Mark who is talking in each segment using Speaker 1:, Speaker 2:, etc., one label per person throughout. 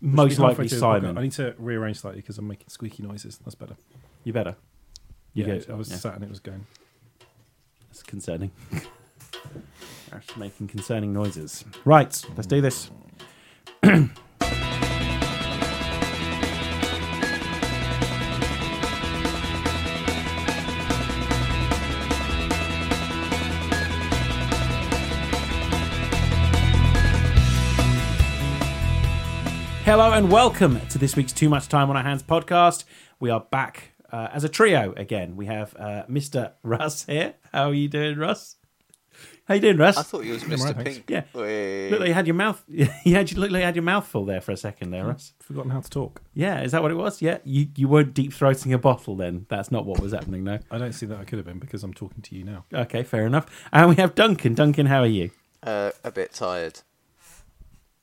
Speaker 1: should
Speaker 2: Most
Speaker 1: be halfway
Speaker 2: likely
Speaker 1: through the
Speaker 2: Simon.
Speaker 1: podcast. I need to rearrange slightly because I'm making squeaky noises. That's better.
Speaker 2: You better. You
Speaker 1: yeah,
Speaker 2: go to
Speaker 1: I
Speaker 2: it,
Speaker 1: was
Speaker 2: yeah.
Speaker 1: sat and it was going.
Speaker 2: That's concerning. They're actually making concerning noises. Right, let's do this. Hello and welcome to this week's Too Much Time on Our Hands podcast. We are back uh, as a trio again. We have uh, Mr. Russ here. How are you doing, Russ? How you doing, Russ?
Speaker 3: I thought you was
Speaker 1: right,
Speaker 3: Mr.
Speaker 1: thanks.
Speaker 3: Pink.
Speaker 2: Yeah.
Speaker 3: Wait.
Speaker 2: Look, like you had your mouth. You had you look like you had your mouth full there for a second, there, Russ.
Speaker 1: Forgotten how to talk.
Speaker 2: Yeah, is that what it was? Yeah, you you weren't deep throating a bottle then. That's not what was happening, no.
Speaker 1: I don't see that I could have been because I'm talking to you now.
Speaker 2: Okay, fair enough. And we have Duncan. Duncan, how are you?
Speaker 3: Uh, a bit tired.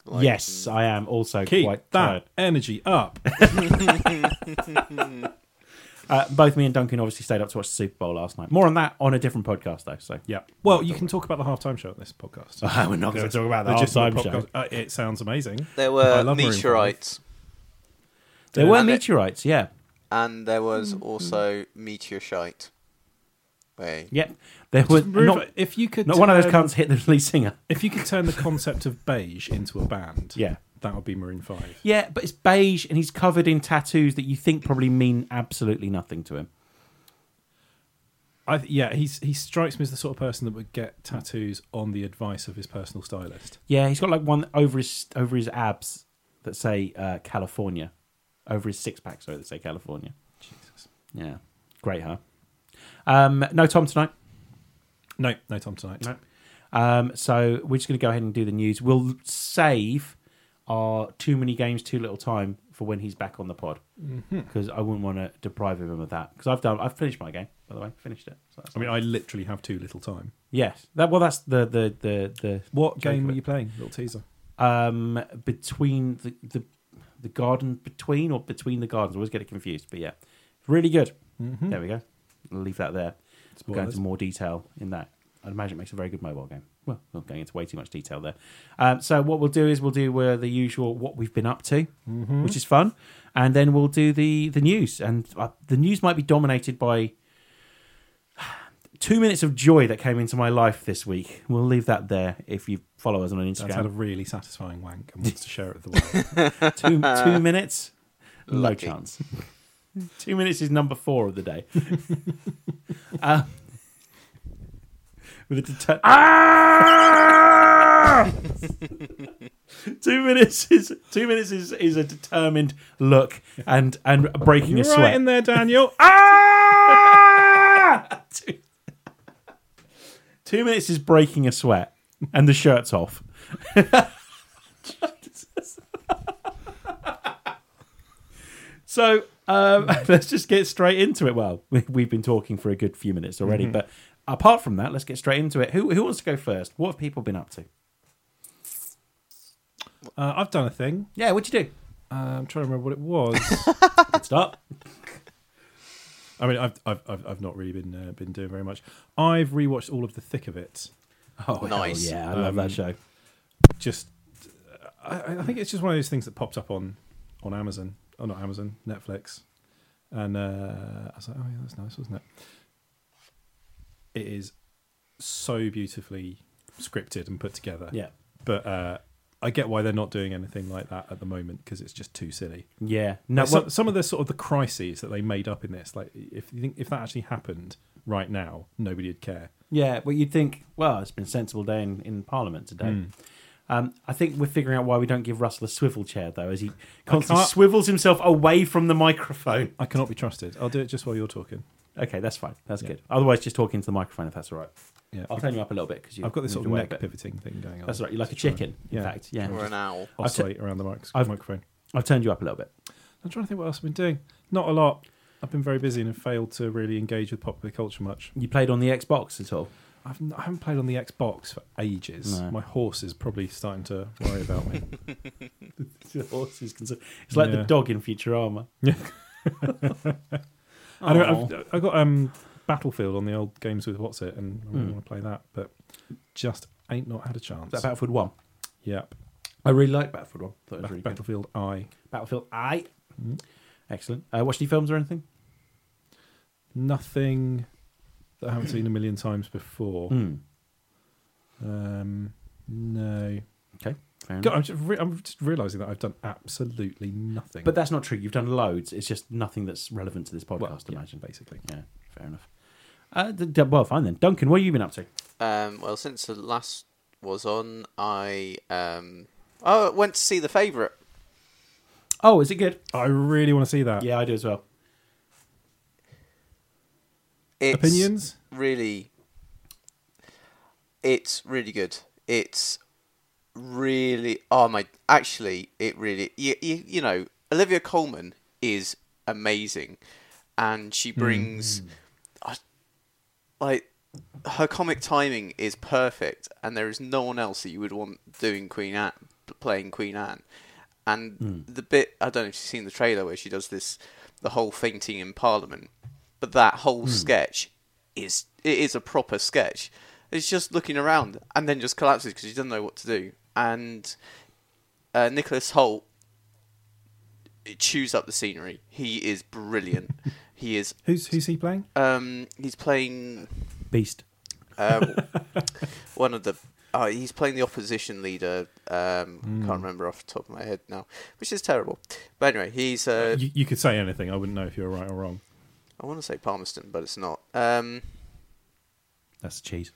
Speaker 3: Like,
Speaker 2: yes, I am also
Speaker 1: Keep
Speaker 2: quite
Speaker 1: that
Speaker 2: tired.
Speaker 1: energy up.
Speaker 2: Uh, both me and Duncan obviously stayed up to watch the Super Bowl last night. More on that on a different podcast though. So
Speaker 1: yeah. Well, you can talk about the halftime show at this podcast.
Speaker 2: we're not going to talk about the
Speaker 1: Legitimate
Speaker 2: halftime show.
Speaker 1: podcast. Uh, it sounds amazing.
Speaker 3: There
Speaker 1: I
Speaker 3: were
Speaker 1: love Maroon
Speaker 3: meteorites,
Speaker 2: There were
Speaker 3: And it-
Speaker 2: meteorites. Yeah,
Speaker 3: and there was
Speaker 2: Mm.
Speaker 3: also meteor shite. Wait.
Speaker 2: yeah. There were
Speaker 1: five. Roof-
Speaker 2: not,
Speaker 1: if you could,
Speaker 2: not one of those
Speaker 1: turn-
Speaker 2: cunts hit the lead singer.
Speaker 1: If you could turn the concept of beige into a band,
Speaker 2: Yeah.
Speaker 1: that would be Maroon Five.
Speaker 2: Yeah, but it's beige and he's covered in tattoos that you think probably mean absolutely nothing to him.
Speaker 1: I th- yeah, he's he strikes me as the sort of person that would get tattoos on the advice of his personal stylist.
Speaker 2: Yeah, he's got like one over his over his abs that say uh, California, over his six pack, sorry, that say California.
Speaker 1: Jesus.
Speaker 2: Yeah, great, huh? Um, no Tom tonight.
Speaker 1: No, no Tom tonight.
Speaker 2: No. Um, so we're just going to go ahead and do the news. We'll save our too many games, too little time for when he's back on the pod
Speaker 1: Mm-hmm.
Speaker 2: because I wouldn't want to deprive him of that. Because I've done, I've finished my game by the way, finished it. So that's
Speaker 1: I mean, I literally have too little time.
Speaker 2: yes, that well, that's the the the the
Speaker 1: What
Speaker 2: Joke
Speaker 1: game
Speaker 2: of
Speaker 1: were
Speaker 2: it.
Speaker 1: you playing? Little teaser.
Speaker 2: um, between the, the the garden between or between the gardens. I always get it confused, but yeah, really good.
Speaker 1: Mm-hmm.
Speaker 2: There we go. I'll leave that there. We'll go into more detail in that. I'd imagine it makes a very good mobile game. Well, we're going into way too much detail there. Um, so what we'll do is we'll do uh, the usual what we've been up to, which is fun, and then we'll do the the news. And uh, the news might be dominated by two minutes of joy that came into my life this week. We'll leave that there. If you follow us on Instagram,
Speaker 1: That's had a really satisfying wank and wants to share it with the
Speaker 2: two
Speaker 1: world.
Speaker 2: two minutes, no
Speaker 3: Lucky.
Speaker 2: chance. two minutes is number four of the day. um, with a deter-
Speaker 1: Ah!
Speaker 2: two minutes is two minutes is, is a determined look and and breaking
Speaker 1: You're
Speaker 2: a sweat.
Speaker 1: right in there, Daniel.
Speaker 2: Ah! two, two minutes is breaking a sweat and the shirt's off. so um, let's just get straight into it. Well, we- we've been talking for a good few minutes already, but apart from that, let's get straight into it. Who, who wants to go first? What have people been up to?
Speaker 1: Uh, I've done a thing.
Speaker 2: Yeah, what'd you do?
Speaker 1: Uh, I'm trying to remember what it was.
Speaker 2: Good start.
Speaker 1: I mean, I've, I've I've I've not really been uh, been doing very much. I've rewatched all of the thick of it.
Speaker 2: Oh, hell uh,
Speaker 3: Nice.
Speaker 2: Yeah, I love
Speaker 1: Um,
Speaker 2: that show.
Speaker 1: just I, I think it's just one of those things that popped up on on Amazon oh not Amazon Netflix and uh, I was like oh yeah that's nice wasn't it it is so beautifully scripted and put together
Speaker 2: Yeah.
Speaker 1: but uh, I get why they're not doing anything like that at the moment because it's just too silly
Speaker 2: Yeah. No,
Speaker 1: Like,
Speaker 2: well,
Speaker 1: some, some of the sort of the crises that they made up in this like if you think if that actually happened right now nobody would care
Speaker 2: Yeah, well, you'd think, well, it's been a sensible day in, in Parliament today.
Speaker 1: Mm.
Speaker 2: Um, I think we're figuring out why we don't give Russell a swivel chair, though, as he constantly
Speaker 1: can't-
Speaker 2: swivels himself away from the microphone.
Speaker 1: I cannot be trusted I'll do it just while you're talking
Speaker 2: Okay, that's fine. That's
Speaker 1: Yeah.
Speaker 2: good. Otherwise, just talk into the microphone if that's all right.
Speaker 1: yeah
Speaker 2: I'll turn you up a little bit because
Speaker 1: I've got this sort of neck pivoting thing going on.
Speaker 2: That's all right. You're like a
Speaker 1: Just trying to
Speaker 2: chicken, in
Speaker 1: Yeah.
Speaker 2: fact. Yeah.
Speaker 3: Or an owl.
Speaker 2: I've t-
Speaker 1: Oscillate around the mic-
Speaker 2: I've-
Speaker 1: microphone.
Speaker 2: I've turned you up a little bit.
Speaker 1: I'm trying to think what else I've been doing. Not a lot. I've been very busy and have failed to really engage with popular culture much.
Speaker 2: You played on the Xbox at all?
Speaker 1: I've n- I haven't played on the Xbox for ages.
Speaker 2: No.
Speaker 1: My horse is probably starting to worry about me.
Speaker 2: The horse is concerned. It's like the
Speaker 1: Yeah.
Speaker 2: dog in Futurama.
Speaker 1: I know,
Speaker 2: Aw.
Speaker 1: I've, I've got um, Battlefield on the old games with What's It, and I really
Speaker 2: Hmm.
Speaker 1: want to play that, but just ain't not had a chance.
Speaker 2: Is that Battlefield 1?
Speaker 1: Yep.
Speaker 2: I really like Battlefield One. Thought it was
Speaker 1: Bat-
Speaker 2: really good.
Speaker 1: Battlefield I.
Speaker 2: Battlefield I. Excellent. Uh, watch any films or anything?
Speaker 1: Nothing that I haven't seen a million times before.
Speaker 2: Mm.
Speaker 1: Um, no.
Speaker 2: Okay. Fair
Speaker 1: God,
Speaker 2: enough.
Speaker 1: I'm just, re- I'm just realizing that I've done absolutely nothing.
Speaker 2: But that's not true. You've done loads. It's just nothing that's relevant to this podcast.
Speaker 1: Well,
Speaker 2: I
Speaker 1: yeah,
Speaker 2: imagine.
Speaker 1: basically.
Speaker 2: Yeah. Fair enough. Uh, d- d- well, fine then. Duncan, what have you been up to?
Speaker 3: Um, well, since the last was on, I um, oh, went to see the favourite.
Speaker 2: Oh, is it good?
Speaker 1: I really want to see that.
Speaker 2: Yeah, I do as well.
Speaker 3: It's
Speaker 1: Opinions?
Speaker 3: really, it's really good. It's really oh my, actually, it really you you, you know Olivia Coleman is amazing, and she brings I, like her comic timing is perfect, and there is no one else that you would want doing Queen Anne, playing Queen Anne. And the bit I don't know if you've seen the trailer where she does this, the whole fainting in Parliament, but that whole sketch is it is a proper sketch. It's just looking around and then just collapses because she doesn't know what to do. And uh, Nicholas Holt chews up the scenery. He is brilliant. he is
Speaker 1: Who's who's he playing?
Speaker 3: um, he's playing
Speaker 2: Beast.
Speaker 3: uh, one of the. Oh, he's playing the opposition leader. Um,
Speaker 2: Hmm.
Speaker 3: Can't remember off the top of my head now, which is terrible. But anyway, he's. Uh,
Speaker 1: you, you could say anything. I wouldn't know if you were right or wrong.
Speaker 3: I want to say Palmerston, but it's not. Um,
Speaker 2: That's the cheese.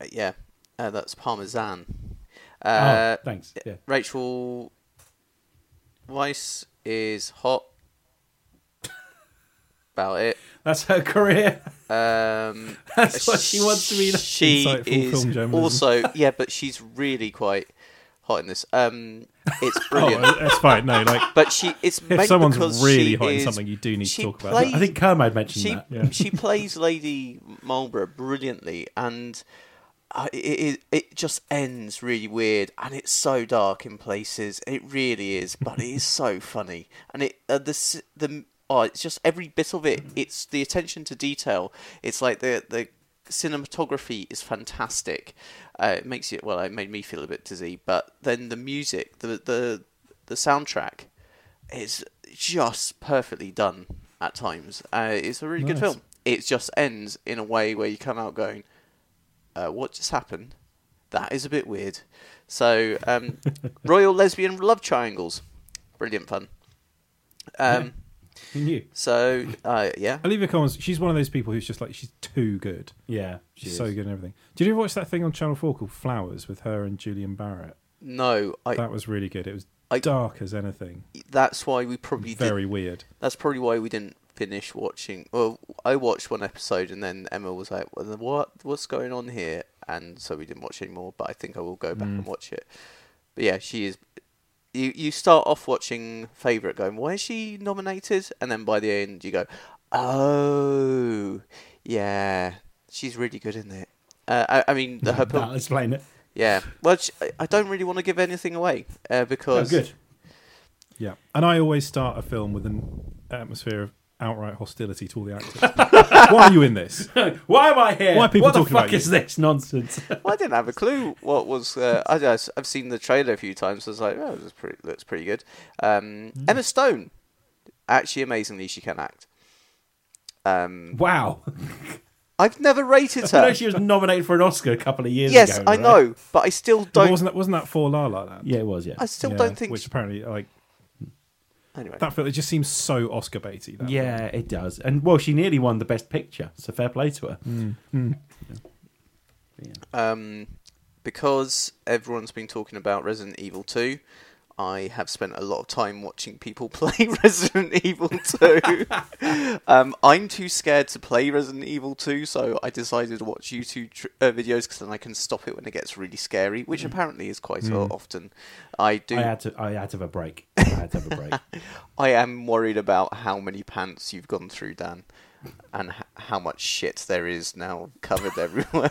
Speaker 3: uh, yeah, uh, that's Parmesan. Uh,
Speaker 2: oh, thanks. Yeah.
Speaker 3: Rachel Weiss is hot. About it.
Speaker 2: That's her career.
Speaker 3: Um,
Speaker 2: That's what she wants to be like.
Speaker 3: She
Speaker 1: Insightful
Speaker 3: is
Speaker 1: film journalism.
Speaker 3: also yeah, but she's really quite hot in this. Um, it's brilliant.
Speaker 1: Oh, that's fine. No, like
Speaker 3: But she it's
Speaker 1: if
Speaker 3: meant
Speaker 1: someone's
Speaker 3: because
Speaker 1: really
Speaker 3: she
Speaker 1: hot in
Speaker 3: is-
Speaker 1: something, you do need to
Speaker 3: she
Speaker 1: talk about
Speaker 3: plays-
Speaker 1: that.
Speaker 2: I think Kermode mentioned
Speaker 3: she
Speaker 2: that.
Speaker 1: yeah.
Speaker 3: she plays Lady Marlborough brilliantly, and uh, it, it it just ends really weird, and it's so dark in places. It really is, but it is so funny, and it uh, the s- the oh, it's just every bit of it. It's the attention to detail. It's like the the cinematography is fantastic. Uh, it makes you well, it made me feel a bit dizzy, but then the music, the the the soundtrack it's just perfectly done at times. Uh, it's a really good
Speaker 1: Nice.
Speaker 3: film. It just ends in a way where you come out going, uh, "What just happened? That is a bit weird." So, um, royal lesbian love triangles, brilliant fun. Um,
Speaker 2: Who knew?
Speaker 3: so uh, yeah,
Speaker 1: Olivia Collins, she's one of those people who's just like she's too good.
Speaker 2: Yeah.
Speaker 1: She's so good and everything. Did you ever watch that thing on Channel Four called Flowers with her and Julian Barrett?
Speaker 3: no, I
Speaker 1: That was really good. It was
Speaker 3: I-
Speaker 1: dark as anything.
Speaker 3: that's why we probably did
Speaker 1: Very weird.
Speaker 3: That's probably why we didn't finish watching. Well, I watched one episode and then Emma was like, well, then "What? What's going on here?" And so we didn't watch anymore. But I think I will go back and
Speaker 2: Mm.
Speaker 3: watch it. But yeah, she is. You you start off watching favorite, going, "Why is she nominated?" And then by the end, you go, "Oh, yeah, she's really good in it." Uh, I, I mean, the, her
Speaker 2: That'll
Speaker 3: pil-
Speaker 2: explain it.
Speaker 3: yeah. Well, she, I- I don't really want to give anything away uh,
Speaker 2: Oh,
Speaker 3: because
Speaker 2: good.
Speaker 1: Yeah, and I always start a film with an atmosphere of outright hostility to all the actors. Why are you in this?
Speaker 2: Why am I here?
Speaker 1: Why are people
Speaker 2: what
Speaker 1: talking
Speaker 2: the fuck
Speaker 1: about you?
Speaker 2: is this nonsense?
Speaker 3: Well, I didn't have a clue what was. Uh, I just, I've seen the trailer a few times. So I was like, oh, this is pretty, looks pretty good. Um,
Speaker 2: Hmm.
Speaker 3: Emma Stone, actually, amazingly, she can act. Um,
Speaker 2: wow.
Speaker 3: I've never rated
Speaker 2: I know
Speaker 3: her.
Speaker 2: she was nominated for an Oscar a couple of years
Speaker 3: yes,
Speaker 2: ago.
Speaker 3: I
Speaker 2: right?
Speaker 3: know, but I still
Speaker 1: But
Speaker 3: don't.
Speaker 1: wasn't that wasn't that for La La Land?
Speaker 2: Yeah, it was, yeah.
Speaker 3: I still
Speaker 1: Yeah,
Speaker 3: don't think.
Speaker 1: Which apparently, like
Speaker 3: anyway,
Speaker 1: that film, it just seems so Oscar baity. that
Speaker 2: Yeah, it does. And, well, she nearly won the best picture, so fair play to her.
Speaker 1: Mm.
Speaker 2: Yeah.
Speaker 3: um, because everyone's been talking about Resident Evil Two. I have spent a lot of time watching people play Resident Evil 2. Um, I'm too scared to play Resident Evil 2, so I decided to watch YouTube tr- uh, videos because then I can stop it when it gets really scary, which apparently is quite o- often. I do.
Speaker 2: Mm. I had to. I had to have a break. I had to have a break.
Speaker 3: I am worried about how many pants you've gone through, Dan, and h- how much shit there is now covered everywhere.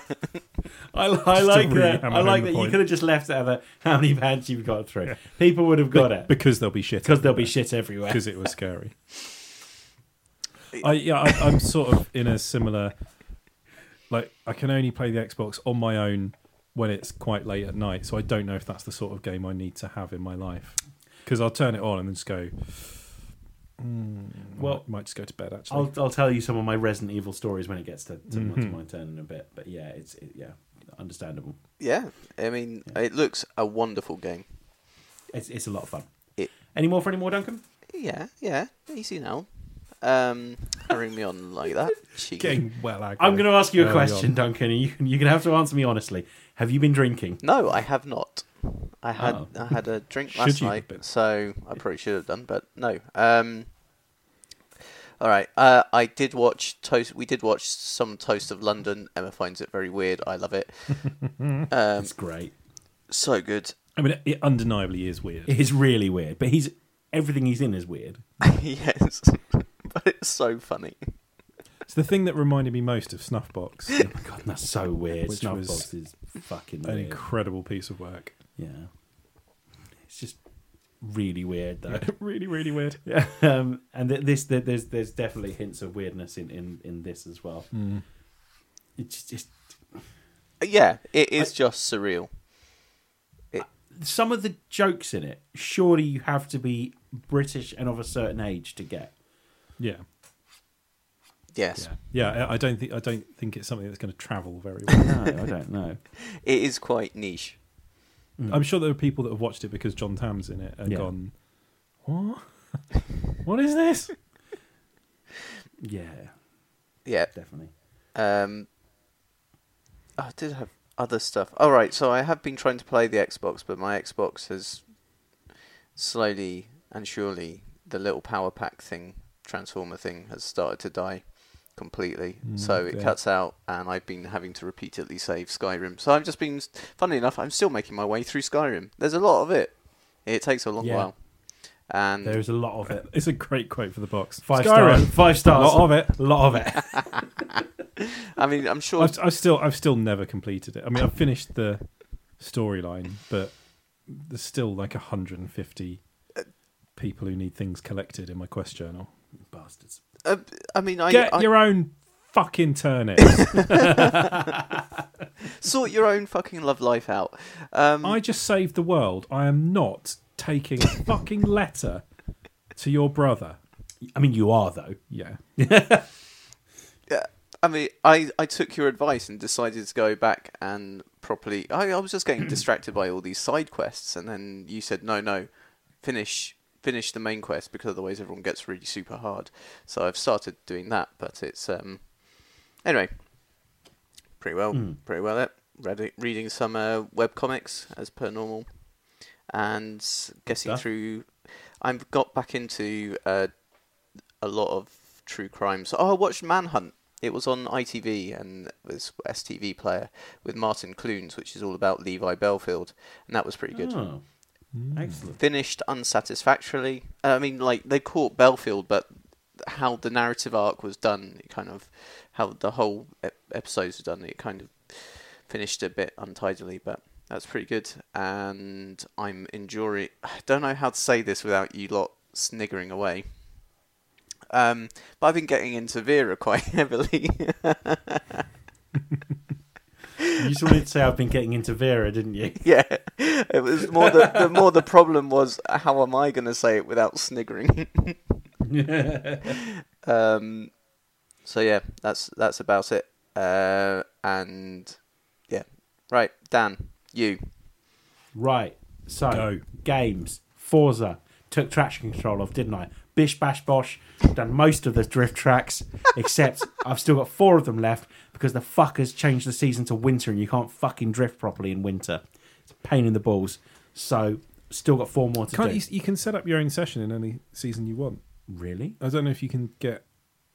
Speaker 2: I, I like
Speaker 1: really
Speaker 2: that.
Speaker 1: hammer
Speaker 2: I
Speaker 1: home
Speaker 2: like
Speaker 1: the
Speaker 2: that. You
Speaker 1: point.
Speaker 2: could have just left out that how many pants you've got through. People would have got it
Speaker 1: because there'll be shit.
Speaker 2: because there'll be shit everywhere.
Speaker 1: because it was scary. I yeah, I, I'm sort of in a similar. Like I can only play the Xbox on my own when it's quite late at night. So I don't know if that's the sort of game I need to have in my life. Because I'll turn it on and then just go. "Hmm, I
Speaker 2: Well,
Speaker 1: might, might just go to bed actually.
Speaker 2: I'll, I'll tell you some of my Resident Evil stories when it gets to, to,
Speaker 1: Mhm.
Speaker 2: my turn in a bit. But yeah, it's it, yeah, understandable.
Speaker 3: Yeah, I mean, it looks a wonderful game.
Speaker 2: It's it's a lot of fun.
Speaker 3: It-
Speaker 2: Any more for any more, Duncan?
Speaker 3: Yeah, yeah, easy now. Um, hurrying me on like that. Cheeky.
Speaker 1: Getting well aggro
Speaker 2: I'm going to ask you a
Speaker 1: early
Speaker 2: question,
Speaker 1: on.
Speaker 2: Duncan, and you can you can have to answer me honestly. Have you been drinking?
Speaker 3: No, I have not. I had
Speaker 2: Oh.
Speaker 3: I had a drink
Speaker 1: Should
Speaker 3: last
Speaker 1: you have been?
Speaker 3: night, so I probably should have done, but no. Um, all right, uh, I did watch toast. We did watch some Toast of London. Emma finds it very weird. I love it. um,
Speaker 2: It's great.
Speaker 3: so good.
Speaker 1: I mean, it undeniably is weird.
Speaker 2: It is really weird, but he's everything he's in is weird.
Speaker 3: yes, but it's so funny.
Speaker 1: It's the thing that reminded me most of Snuffbox.
Speaker 2: Oh my god, that's so weird.
Speaker 1: Which
Speaker 2: Snuffbox
Speaker 1: was
Speaker 2: is fucking
Speaker 1: An
Speaker 2: weird.
Speaker 1: incredible piece of work.
Speaker 2: yeah, it's just really weird though.
Speaker 1: really, really weird.
Speaker 2: Yeah, um, and th- this th- there's there's definitely hints of weirdness in in, in this as well. It's just
Speaker 3: Yeah, it is just surreal.
Speaker 2: some of the jokes in it. Surely you have to be British and of a certain age to get.
Speaker 1: Yeah.
Speaker 3: Yes,
Speaker 1: Yeah, I- I don't think I don't think it's something that's going to travel very well.
Speaker 2: No, I don't know.
Speaker 3: it is quite niche.
Speaker 1: I'm sure there are people that have watched it because John Tam's in it and
Speaker 2: Yeah.
Speaker 1: gone, what? what is this?
Speaker 2: Yeah,
Speaker 3: Yeah.
Speaker 2: definitely.
Speaker 3: Um, oh, I did have other stuff. All right, so I have been trying to play the Xbox, but my Xbox has slowly and surely the little power pack thing, transformer thing, has started to die completely. so it
Speaker 1: Mm, okay.
Speaker 3: cuts out, and I've been having to repeatedly save Skyrim. So I've just been, funnily enough, I'm still making my way through Skyrim. There's a lot of it. It takes a long
Speaker 2: Yeah.
Speaker 3: while, and
Speaker 2: There's a lot of it.
Speaker 1: It's a great quote for the box.
Speaker 2: Five
Speaker 1: Skyrim.
Speaker 2: stars. Five
Speaker 1: A
Speaker 2: stars.
Speaker 1: lot of it.
Speaker 2: A lot of it.
Speaker 3: I mean, I'm sure
Speaker 1: I've, I've still I've still never completed it. I mean, I've finished the storyline, but there's still like 150 people who need things collected in my quest journal.
Speaker 2: Bastards.
Speaker 3: Uh, I mean, I,
Speaker 1: Get
Speaker 3: I
Speaker 1: your own fucking turnips.
Speaker 3: sort your own fucking love life out. Um,
Speaker 1: I just saved the world. I am not taking a fucking letter to your brother.
Speaker 2: I mean, you are though.
Speaker 1: Yeah.
Speaker 3: Yeah, I mean, I, I took your advice and decided to go back and properly. I, I was just getting distracted by all these side quests, and then you said, no, no, finish finish the main quest because otherwise everyone gets really super hard. So I've started doing that, but it's um anyway, pretty well, pretty well. It reading reading some uh, web comics as per normal, and getting
Speaker 2: stuff.
Speaker 3: through. I've got back into uh, a lot of true crime. So oh, I watched Manhunt. It was on ITV and this STV player with Martin Clunes, which is all about Levi Belfield, and that was pretty good.
Speaker 2: Oh, excellent.
Speaker 3: Finished unsatisfactorily. Uh, I mean, like they caught Belfield, but how the narrative arc was done, it kind of how the whole ep- episodes were done, it kind of finished a bit untidily, but. That's pretty good, and I'm enjoying. I don't know how to say this without you lot sniggering away. Um, but I've been getting into Vera quite heavily.
Speaker 2: Hmm. You just wanted to say I've been getting into Vera, didn't you?
Speaker 3: yeah, it was more the, the more the problem was how am I going to say it without sniggering? um, so yeah, that's that's about it. Uh, and yeah, right, Dan, you.
Speaker 2: Right. So
Speaker 1: Go.
Speaker 2: games. Forza took traction control off, didn't I? Bish bash bosh. Done most of the drift tracks, except I've still got four of them left because the fuckers changed the season to winter and you can't fucking drift properly in winter. It's a pain in the balls. So still got four more to
Speaker 1: Can't
Speaker 2: do.
Speaker 1: you, you can set up your own session in any season you want.
Speaker 2: Really?
Speaker 1: I don't know if you can get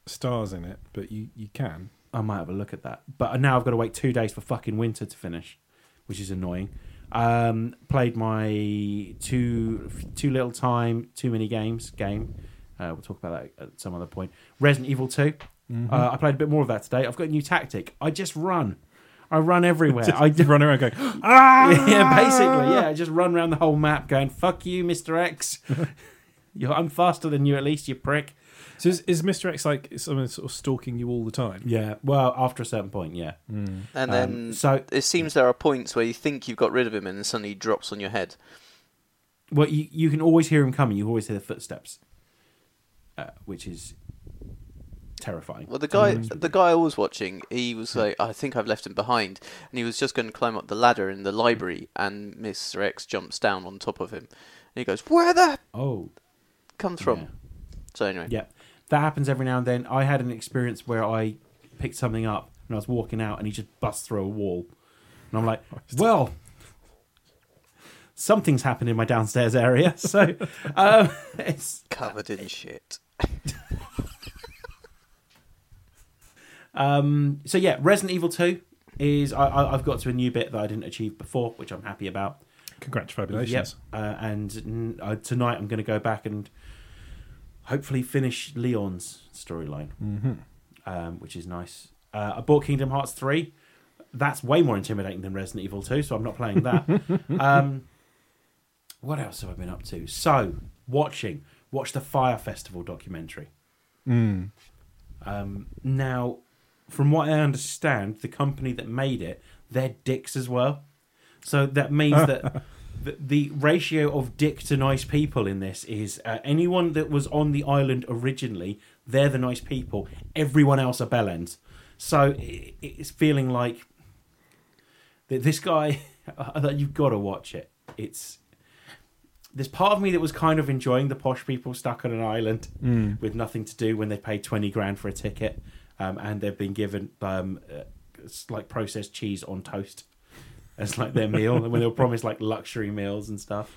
Speaker 1: stars in it, but you, you can.
Speaker 2: I might have a look at that. But now I've got to wait two days for fucking winter to finish, which is annoying. Um, played my two too little time, too many games game. Uh, we'll talk about that at some other point. Resident Evil 2 Uh, I played a bit more of that today. I've got a new tactic. I just run. I run everywhere. I
Speaker 1: Just run around going,
Speaker 2: yeah, basically, yeah. Just run around the whole map going, fuck you, Mr. X. You're, I'm faster than you, at least, you prick.
Speaker 1: So is, is Mr. X like someone sort of stalking you all the time?
Speaker 2: Yeah. Well, after a certain point, yeah.
Speaker 3: And
Speaker 2: Um,
Speaker 3: then
Speaker 2: so-
Speaker 3: it seems there are points where you think you've got rid of him and suddenly he drops on your head.
Speaker 2: Well, you, you can always hear him coming. You always hear the footsteps, uh, which is terrifying.
Speaker 3: Well, the guy,
Speaker 2: Mm.
Speaker 3: the guy I was watching, he was like, "I think I've left him behind," and he was just going to climb up the ladder in the library, and Mister X jumps down on top of him, and he goes, "Where the
Speaker 2: Oh,
Speaker 3: comes from?"
Speaker 2: Yeah.
Speaker 3: So anyway,
Speaker 2: yeah. That happens every now and then. I had an experience where I picked something up and I was walking out, and he just busts through a wall, and I'm like, well. Something's happened in my downstairs area, so um, it's
Speaker 3: covered in shit.
Speaker 1: Uh,
Speaker 2: Um, so yeah, Resident Evil Two is I, I, I've got to a new bit that I didn't achieve before, which I'm happy about.
Speaker 1: Congratulations.
Speaker 2: Yep. Uh, and mm, uh, tonight I'm going to go back and hopefully finish Leon's storyline,
Speaker 1: Mm-hmm.
Speaker 2: um, which is nice. Uh, I bought Kingdom Hearts Three. That's way more intimidating than Resident Evil Two, so I'm not playing that. um, what else have I been up to? So watching, watch the Fire Festival documentary.
Speaker 1: Mm.
Speaker 2: Um, now, from what I understand, the company that made it, they're dicks as well. So that means that the, the ratio of dick to nice people in this is uh, anyone that was on the island originally, they're the nice people. Everyone else are bellends. So i it's feeling like that this guy, that you've got to watch it. It's there's part of me that was kind of enjoying the posh people stuck on an island with nothing to do when they pay 20 grand for a ticket um, and they've been given um, uh, it's like processed cheese on toast as like their meal when they were promised like luxury meals and stuff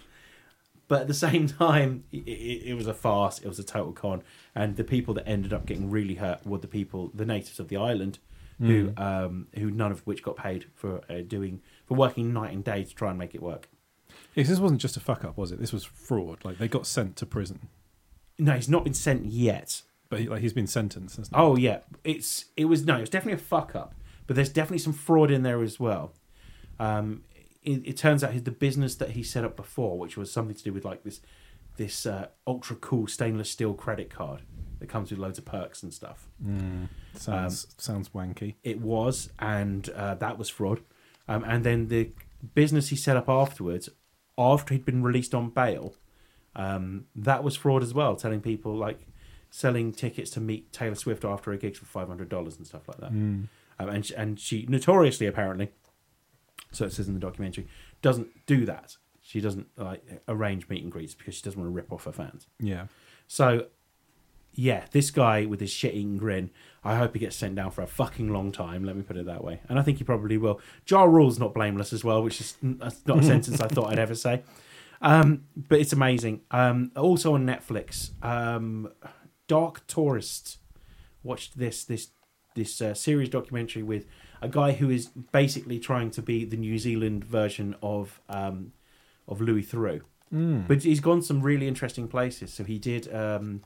Speaker 2: but at the same time it, it, it was a farce it was a total con and the people that ended up getting really hurt were the people the natives of the island who um, who none of which got paid for uh, doing for working night and day to try and make it work
Speaker 1: Yes, this wasn't just a fuck up, was it? This was fraud. Like they got sent to prison,
Speaker 2: no he's not been sent yet
Speaker 1: but he, like he's been sentenced. hasn't he?
Speaker 2: Oh yeah, it's it was no, it was definitely a fuck up, but there's definitely some fraud in there as well. Um, it, it turns out his, the business that he set up before, which was something to do with like this this uh, ultra cool stainless steel credit card that comes with loads of perks and stuff.
Speaker 1: Mm. sounds sounds wanky.
Speaker 2: It was, and uh, that was fraud. Um, and then the business he set up afterwards, after he'd been released on bail, um, that was fraud as well. Telling people like selling tickets to meet Taylor Swift after her gigs for five hundred dollars and stuff like that. Um, and she, and she notoriously apparently, so it says in the documentary, doesn't do that. She doesn't like arrange meet and greets because she doesn't want to rip off her fans.
Speaker 1: Yeah,
Speaker 2: So, yeah, this guy with his shitting grin, I hope he gets sent down for a fucking long time. Let me put it that way, and I think he probably will. Jar Rule's not blameless as well, which is that's not a sentence I thought I'd ever say. Um, but it's amazing. Um, also on Netflix, um, Dark Tourist. Watched this this this uh, series documentary with a guy who is basically trying to be the New Zealand version of um, of Louis Theroux.
Speaker 1: Hmm.
Speaker 2: But he's gone some really interesting places. So he did. Um,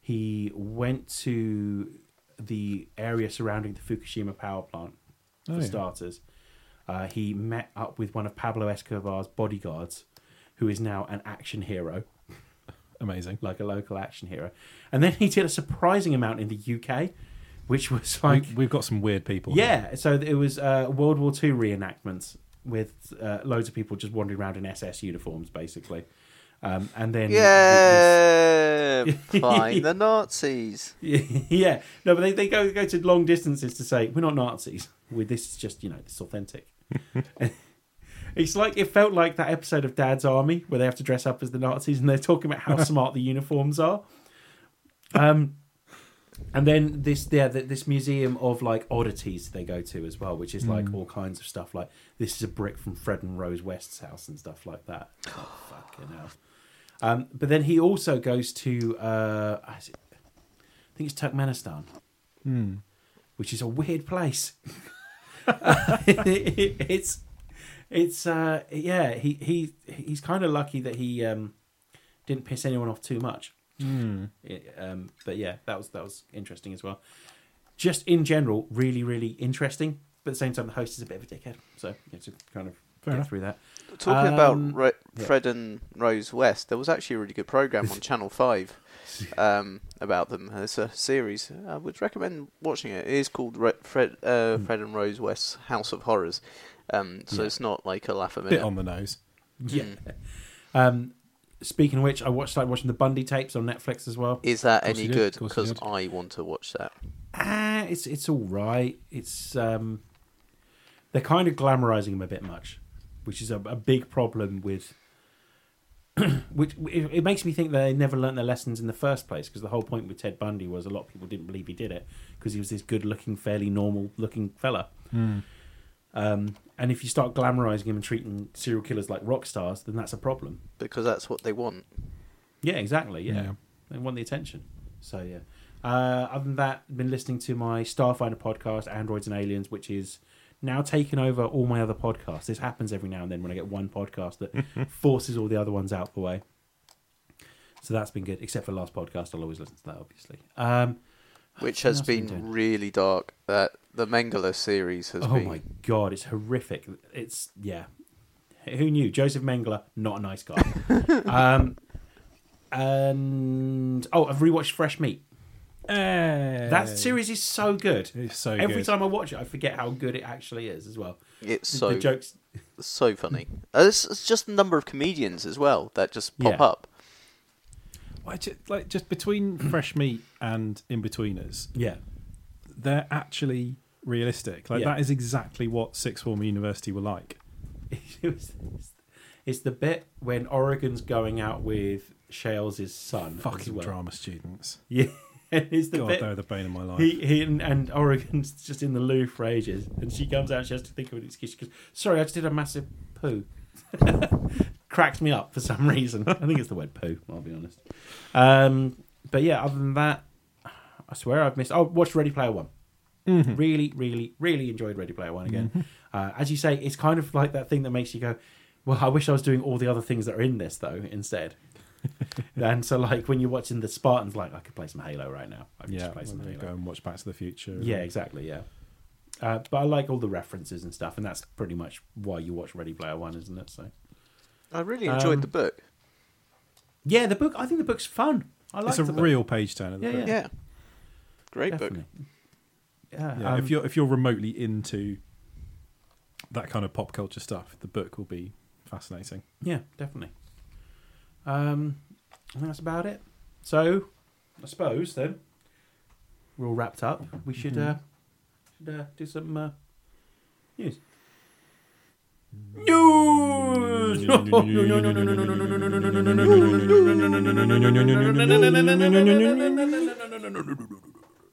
Speaker 2: he went to the area surrounding the Fukushima power plant for
Speaker 1: Oh, yeah.
Speaker 2: starters. Uh, he met up with one of Pablo Escobar's bodyguards, who is now an action hero,
Speaker 1: amazing.
Speaker 2: like a local action hero. And then he did a surprising amount in the UK, which was like
Speaker 1: we, have got some weird people. here.
Speaker 2: yeah, so it was uh, World War II reenactments with uh, loads of people just wandering around in SS uniforms, basically. Um, and then
Speaker 3: Yeah, find the Nazis.
Speaker 2: yeah, no, but they, they go go to long distances to say we're not Nazis. We this is just you know this is authentic. it's like it felt like that episode of Dad's Army where they have to dress up as the Nazis and they're talking about how smart the uniforms are. Um, and then this yeah th this museum of like oddities they go to as well, which is like all kinds of stuff like this is a brick from Fred and Rose West's house and stuff like that. Oh, fucking hell. Um, but then he also goes to uh, is it- I think it's Turkmenistan,
Speaker 1: Hmm.
Speaker 2: which is a weird place. it's it's uh, yeah he he he's kind of lucky that he um, didn't piss anyone off too much.
Speaker 1: Mm.
Speaker 2: It- um, but yeah, that was that was interesting as well. Just in general, really really interesting. But at the same time, the host is a bit of a dickhead, so it's a kind of
Speaker 1: Fair
Speaker 2: get
Speaker 1: enough.
Speaker 2: through that. Um,
Speaker 3: Talking about Re-
Speaker 1: yeah.
Speaker 3: Fred and Rose West, there was actually a really good program on Channel Five um, about them. It's a series. I would recommend watching it. It is called Re- Fred, uh,
Speaker 1: Hmm.
Speaker 3: Fred and Rose West's House of Horrors. Um, so
Speaker 2: Yeah.
Speaker 3: it's not like a laugh a
Speaker 1: Bit
Speaker 3: minute.
Speaker 1: on the nose.
Speaker 2: Yeah. Um, speaking of which, I watched started watching the Bundy tapes on Netflix as well.
Speaker 3: Is that
Speaker 1: Of course
Speaker 3: any
Speaker 1: you did,
Speaker 3: good?
Speaker 1: of course you
Speaker 3: Because
Speaker 1: did.
Speaker 3: I want to watch that.
Speaker 2: Ah, it's it's all right. It's um, they're kind of glamorizing him a bit much, which is a, a big problem with. which it, it makes me think they never learnt their lessons in the first place because the whole point with Ted Bundy was a lot of people didn't believe he did it because he was this good-looking, fairly normal-looking fella. Um, and if you start glamorizing him and treating serial killers like rock stars, then that's a problem.
Speaker 3: Because that's what they want.
Speaker 2: Yeah, exactly. Yeah.
Speaker 1: Yeah.
Speaker 2: They want the attention. So, yeah. Uh, other than that, I've been listening to my Starfinder podcast, Androids and Aliens, which is now taking over all my other podcasts. This happens every now and then when I get one podcast that forces all the other ones out the way. So that's been good, except for last podcast. I'll always listen to that, obviously. Um,
Speaker 3: Which
Speaker 2: what
Speaker 3: has
Speaker 2: else have I
Speaker 3: been really dark. That the Mengele series has
Speaker 2: Oh
Speaker 3: been.
Speaker 2: my god, it's horrific. It's yeah. Who knew? Joseph Mengele, not a nice guy. um, and oh, I've rewatched Fresh Meat. That series is so good.
Speaker 1: It's so
Speaker 2: Every
Speaker 1: good.
Speaker 2: time I watch it, I forget how good it actually is as well.
Speaker 3: It's
Speaker 2: The-
Speaker 3: so
Speaker 2: the jokes.
Speaker 3: so funny. Uh, It's, it's just the number of comedians as well that just pop
Speaker 2: Yeah.
Speaker 3: up.
Speaker 1: Why ju- like just between fresh meat and in betweeners,
Speaker 2: Yeah,
Speaker 1: they're actually realistic. Like
Speaker 2: Yeah.
Speaker 1: that is exactly what sixth form university were like.
Speaker 2: it was, it's the bit when Oregon's going out with Shales' son. as
Speaker 1: Fucking
Speaker 2: well.
Speaker 1: drama students.
Speaker 2: Yeah, it's the
Speaker 1: God,
Speaker 2: bit.
Speaker 1: they're the bane of my life.
Speaker 2: He, he and, and Oregon's just in the loo for ages, and she comes out. She has to think of an excuse. She goes, "Sorry, I just did a massive poo." Cracks me up for some reason. I think it's the word poo. I'll be honest. Um, but yeah, other than that, I swear I've missed. Oh, watched Ready Player One.
Speaker 1: Mm-hmm.
Speaker 2: Really, really, really enjoyed Ready Player One again. Uh, as you say, it's kind of like that thing that makes you go, "Well, I wish I was doing all the other things that are in this though instead." and so, like when you're watching the Spartans, like I could play some Halo right now. I could
Speaker 1: yeah,
Speaker 2: just play some
Speaker 1: when they
Speaker 2: Halo.
Speaker 1: go and watch Back to the Future.
Speaker 2: Yeah, exactly. Yeah, uh, but I like all the references and stuff, and that's pretty much why you watch Ready Player One, isn't it? So
Speaker 3: I really enjoyed
Speaker 2: Um,
Speaker 3: the book.
Speaker 2: yeah, the book. I think the book's fun. I like
Speaker 1: it's a
Speaker 2: the book.
Speaker 1: real page turner. the
Speaker 2: Yeah,
Speaker 1: book.
Speaker 3: Yeah. Great book.
Speaker 2: Definitely. Yeah,
Speaker 1: Yeah,
Speaker 2: um,
Speaker 1: if you're if you're remotely into that kind of pop culture stuff, the book will be fascinating.
Speaker 2: yeah, definitely. Um, I think that's about it. So, I suppose then we're all wrapped up. We should uh, should uh, do some uh, news. News. No, no, no, no, no, no, no, no, no, no, no, no, no, no, no, no.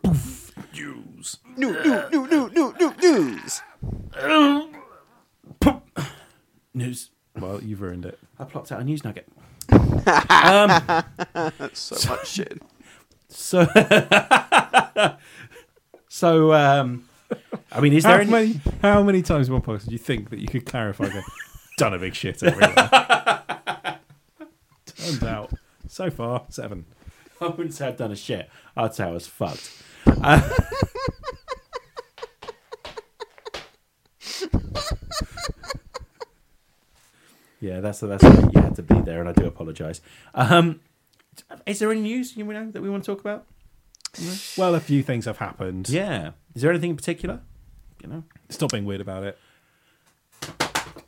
Speaker 1: News.
Speaker 3: New, new, new, new, new, new news.
Speaker 2: News.
Speaker 1: Well, you've ruined it.
Speaker 2: I plopped out a news nugget.
Speaker 3: That's so, much shit.
Speaker 2: So, so um, I mean, is
Speaker 1: How
Speaker 2: there any?
Speaker 1: many how many times in one podcast do you think that you could clarify? Going, Done a big shit everywhere. Turns out, so far seven.
Speaker 2: I wouldn't say I've done a shit. I'd say I was fucked. Uh, yeah, that's that's you had to be there, and I do apologise. Um, is there any news you know that we want to talk about?
Speaker 1: Well, a few things have happened.
Speaker 2: Yeah, is there anything in particular? You know,
Speaker 1: Stop being weird about it.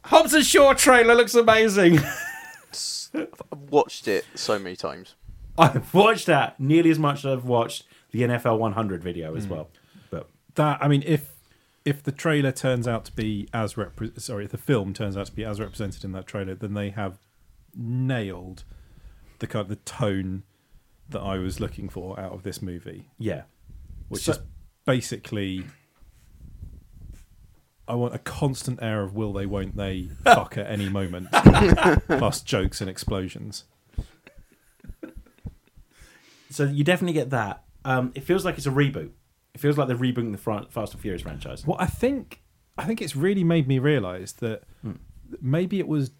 Speaker 2: Hobbs and Shaw trailer looks amazing.
Speaker 3: I've watched it so many times.
Speaker 2: I've watched that nearly as much as I've watched the NFL 100 video as well. But
Speaker 1: That I mean, if if the trailer turns out to be as repre- sorry, if the film turns out to be as represented in that trailer, then they have nailed the kind of the tone that I was looking for out of this movie,
Speaker 2: yeah,
Speaker 1: which
Speaker 2: So-
Speaker 1: is basically. I want a constant air of will they, won't they, fuck at any moment, plus jokes and explosions.
Speaker 2: so you definitely get that. Um, it feels like it's a reboot. It feels like they're rebooting the Fran- Fast and Furious franchise.
Speaker 1: Well, I think I think it's really made me realise that
Speaker 2: Hmm.
Speaker 1: maybe it was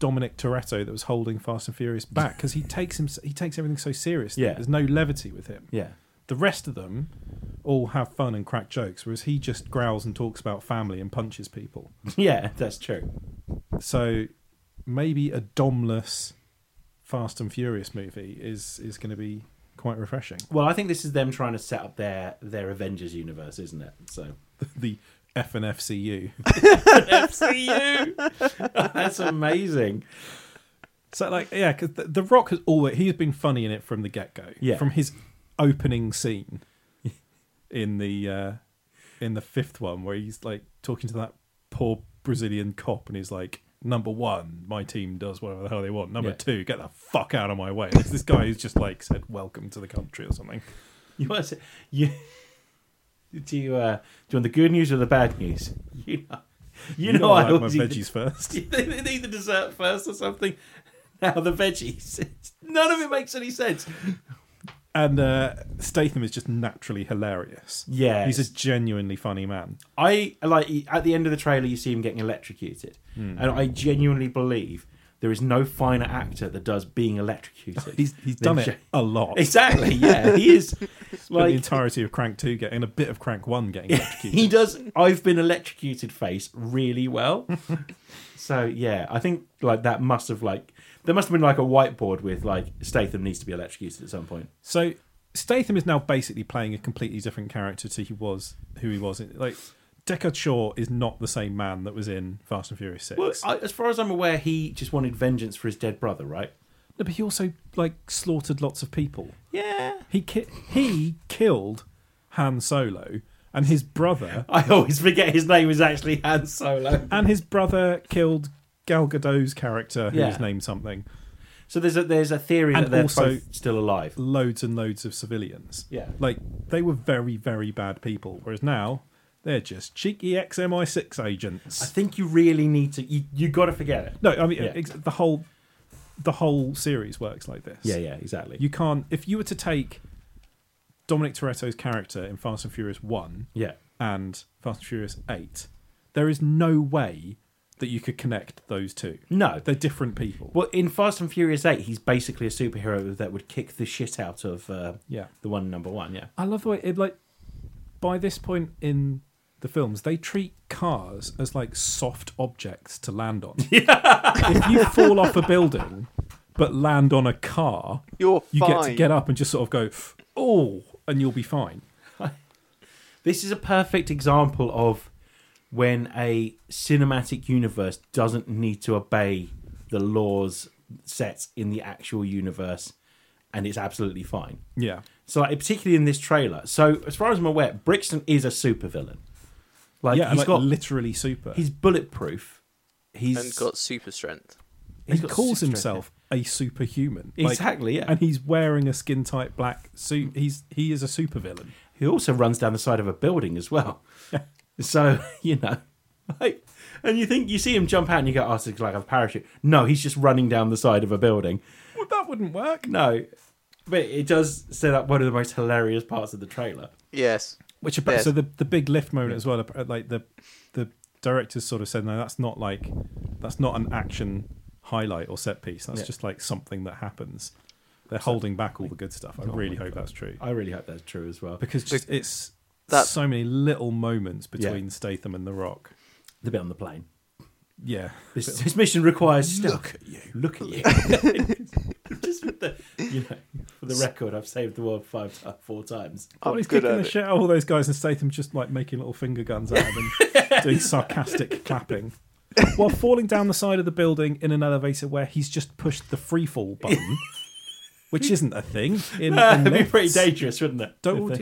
Speaker 1: Dominic Toretto that was holding Fast and Furious back because he takes him he takes everything so seriously.
Speaker 2: Yeah.
Speaker 1: There's no levity with him.
Speaker 2: Yeah,
Speaker 1: The rest of them all have fun and crack jokes, whereas he just growls and talks about family and punches people.
Speaker 2: yeah, that's true.
Speaker 1: So maybe a domless Fast and Furious movie is is going to be quite refreshing.
Speaker 2: Well, I think this is them trying to set up their their Avengers universe, isn't it? So
Speaker 1: the F and FCU.
Speaker 2: FCU. That's amazing.
Speaker 1: So like yeah, because the, the Rock has always he's been funny in it from the get go.
Speaker 2: Yeah.
Speaker 1: from his opening scene in the uh, in the fifth one where he's like talking to that poor Brazilian cop and he's like. Number one, my team does whatever the hell they want. Number
Speaker 2: Yeah.
Speaker 1: two, get the fuck out of my way. It's this guy who's just like said, "Welcome to the country" or something.
Speaker 2: You want to say, you do you uh, do you want the good news or the bad news? You know, you, know, I
Speaker 1: I like my
Speaker 2: always eat the-
Speaker 1: veggies first.
Speaker 2: they need the dessert first or something. Now the veggies. None of it makes any sense.
Speaker 1: And uh, Statham is just naturally hilarious.
Speaker 2: Yeah,
Speaker 1: He's a genuinely funny man.
Speaker 2: I like at the end of the trailer you see him getting electrocuted,
Speaker 1: Hmm.
Speaker 2: and I genuinely believe there is no finer actor that does being electrocuted.
Speaker 1: He's, he's
Speaker 2: than
Speaker 1: done it
Speaker 2: Ja-
Speaker 1: a lot.
Speaker 2: Exactly. Yeah, he is.
Speaker 1: But the
Speaker 2: Like
Speaker 1: entirety of Crank 2 getting and a bit of Crank 1 getting electrocuted.
Speaker 2: he does. I've been electrocuted face really well. so yeah, I think like that must have like there must have been like a whiteboard with like Statham needs to be electrocuted at some point.
Speaker 1: so Statham is now basically playing a completely different character to he was who he was. in- Like Deckard Shaw is not the same man that was in Fast and Furious 6.
Speaker 2: Well, I, as far as I'm aware, he just wanted vengeance for his dead brother, right?
Speaker 1: No, but he also like slaughtered lots of people.
Speaker 2: Yeah.
Speaker 1: He ki- he killed Han Solo and his brother
Speaker 2: I always forget his name is actually Han Solo.
Speaker 1: and his brother killed Gal Gadot's character, who
Speaker 2: Yeah.
Speaker 1: was named something.
Speaker 2: So there's a there's a theory
Speaker 1: And
Speaker 2: that they're
Speaker 1: also-
Speaker 2: both still alive.
Speaker 1: Loads and loads of civilians.
Speaker 2: Yeah.
Speaker 1: like they were very, very bad people. Whereas now they're just cheeky ex MI6
Speaker 2: I
Speaker 1: agents.
Speaker 2: think you really need to you you got to forget it.
Speaker 1: No, I mean
Speaker 2: Yeah.
Speaker 1: ex- the whole the whole series works like this.
Speaker 2: Yeah, yeah, exactly.
Speaker 1: you can't if you were to take Dominic Toretto's character in Fast and Furious One
Speaker 2: yeah.
Speaker 1: and Fast and Furious Eight, there is no way that you could connect those two.
Speaker 2: No.
Speaker 1: They're different people.
Speaker 2: Well, in Fast and Furious 8, he's basically a superhero that would kick the shit out of uh,
Speaker 1: Yeah.
Speaker 2: the one number 1, yeah.
Speaker 1: I love the way it like by this point in the films they treat cars as like soft objects to land on. if you fall off a building but land on a car,
Speaker 3: You're
Speaker 1: you
Speaker 3: fine.
Speaker 1: get to get up and just sort of go oh and you'll be fine.
Speaker 2: This is a perfect example of when a cinematic universe doesn't need to obey the laws set in the actual universe and it's absolutely fine.
Speaker 1: Yeah.
Speaker 2: So, like, particularly in this trailer. So, as far as I'm aware, Brixton is a supervillain. Like,
Speaker 1: yeah,
Speaker 2: he's
Speaker 1: like
Speaker 2: got
Speaker 1: literally super.
Speaker 2: he's bulletproof. He's
Speaker 3: and got super strength.
Speaker 1: he
Speaker 2: he's got
Speaker 1: calls
Speaker 2: super
Speaker 1: himself a superhuman. Like,
Speaker 2: exactly. Yeah,
Speaker 1: and he's wearing a skin tight black suit. He's he is a supervillain.
Speaker 2: he also runs down the side of a building as well. so you know, like, and you think you see him jump out and you go, "Oh, it's like a parachute." No, he's just running down the side of a building.
Speaker 1: Well, that wouldn't work.
Speaker 2: No, but it does set up one of the most hilarious parts of the trailer.
Speaker 3: Yes.
Speaker 1: Which about,
Speaker 3: Yes.
Speaker 1: so the the big lift moment as well. ab- Like the the directors sort of said, no, that's not like that's not an action highlight or set piece. That's
Speaker 2: Yeah.
Speaker 1: just like something that happens. They're holding back all the good stuff. I really hope that's true
Speaker 2: I really hope that's true as well.
Speaker 1: because just, it's
Speaker 3: That-
Speaker 1: so many little moments between Statham and The Rock.
Speaker 2: The bit on the plane.
Speaker 1: Yeah,
Speaker 2: This, this mission requires look at you. Look at you. Just with the, you know, for the record, I've saved the world five, ti- four times.
Speaker 1: Well,
Speaker 3: I'm
Speaker 1: he's
Speaker 3: good
Speaker 1: kicking
Speaker 3: at
Speaker 1: the
Speaker 3: it.
Speaker 1: shit out of all those guys, and Statham just like making little finger guns at them and doing sarcastic clapping while falling down the side of the building in an elevator where he's just pushed the free fall button, which isn't a thing. In, in
Speaker 2: It'd be
Speaker 1: lifts.
Speaker 2: pretty dangerous, wouldn't it?
Speaker 1: Don't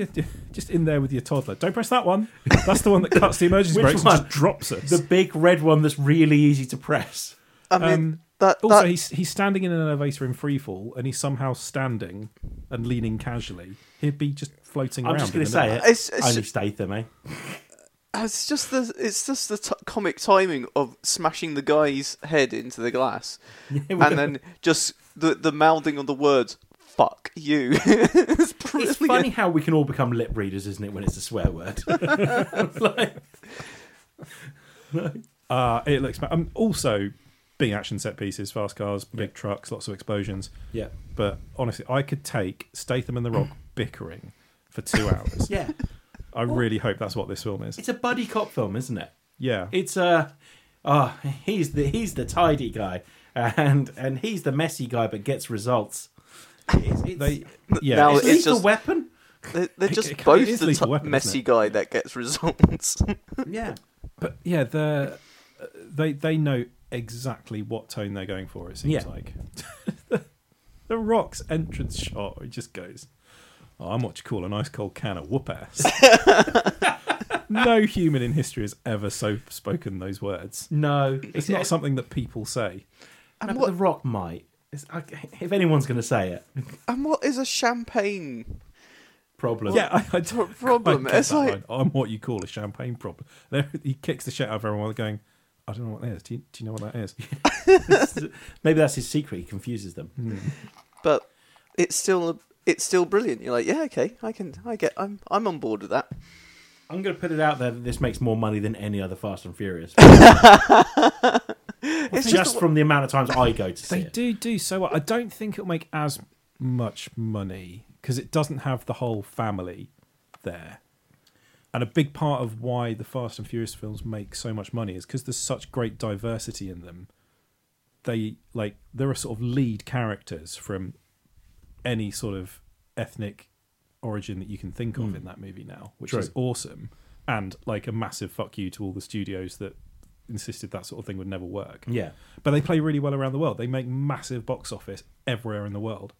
Speaker 1: just in there with your toddler. Don't press that one. That's the one that cuts the emergency
Speaker 2: Which
Speaker 1: brakes and
Speaker 2: one?
Speaker 1: just drops us.
Speaker 2: The big red one that's really easy to press.
Speaker 3: I mean,
Speaker 1: Um,
Speaker 3: that,
Speaker 1: also,
Speaker 3: that
Speaker 1: he's he's standing in an elevator in free fall, and he's somehow standing and leaning casually. He'd be just floating
Speaker 2: I'm
Speaker 1: around.
Speaker 2: just
Speaker 1: in
Speaker 2: going to
Speaker 1: an
Speaker 2: say it.
Speaker 1: elevator.
Speaker 3: It's- it's-
Speaker 2: Only Statham, eh?
Speaker 3: it's just the it's just the t- comic timing of smashing the guy's head into the glass, and then just the the mouthing of the words "fuck you." it's
Speaker 2: It's
Speaker 3: brilliant.
Speaker 2: funny how we can all become lip readers, isn't it, when it's a swear word? Like-
Speaker 1: Uh, it looks. ma- Um, also, big action set pieces, fast cars, big trucks, lots of explosions.
Speaker 2: yeah.
Speaker 1: But honestly, I could take Statham and The
Speaker 2: Mm.
Speaker 1: Rock bickering for two hours.
Speaker 2: Yeah.
Speaker 1: I really hope that's what this film is.
Speaker 2: It's a buddy cop film, isn't it?
Speaker 1: Yeah.
Speaker 2: It's a. oh, he's the he's the tidy guy, and and he's the messy guy, but gets results. It's, it's,
Speaker 1: They, yeah,
Speaker 3: now
Speaker 2: it's
Speaker 1: it's-
Speaker 2: lethal
Speaker 3: it's just-
Speaker 2: weapon.
Speaker 3: They're, they're
Speaker 1: It-
Speaker 3: just
Speaker 1: it kinda
Speaker 3: both
Speaker 1: is
Speaker 3: the
Speaker 1: Lethal
Speaker 3: t-
Speaker 1: Weapon, isn't
Speaker 3: messy
Speaker 1: it?
Speaker 3: guy that gets results.
Speaker 2: Yeah,
Speaker 1: but yeah, the uh, they they know exactly what tone they're going for. It seems
Speaker 2: Yeah.
Speaker 1: like the Rock's entrance shot. It just goes. Oh, I'm what you call an ice cold can of whoop ass. no human in history has ever so spoken those words.
Speaker 2: no,
Speaker 1: It's not something that people say.
Speaker 2: No, but the Rock might. It's, I, if anyone's going to say it,
Speaker 3: and what is a champagne?
Speaker 2: problem.
Speaker 1: Yeah, I, I don't
Speaker 3: problem.
Speaker 1: I get
Speaker 3: It's
Speaker 1: that
Speaker 3: like-
Speaker 1: line. I'm what you call a champagne problem. There- he kicks the shit out of everyone, going, "I don't know what that is. Do you, do you know what that is?"
Speaker 2: maybe that's his secret. He confuses them.
Speaker 3: But it's still it's still brilliant. You're like, yeah, okay, I can, I get, I'm, I'm on board with that.
Speaker 2: I'm going to put it out there that this makes more money than any other Fast and Furious,
Speaker 3: It's
Speaker 2: just
Speaker 3: just,
Speaker 2: from the amount of times I go to see
Speaker 1: They
Speaker 2: it.
Speaker 1: do do so. well. I don't think it'll make as much money because it doesn't have the whole family there. And a big part of why the Fast and Furious films make so much money is because there's such great diversity in them. They like there are sort of lead characters from any sort of ethnic origin that you can think of in that movie now, which
Speaker 2: Hmm. True.
Speaker 1: is awesome. And like a massive fuck you to all the studios that insisted that sort of thing would never work
Speaker 2: Yeah,
Speaker 1: but they play really well around the world. They make massive box office everywhere in the world.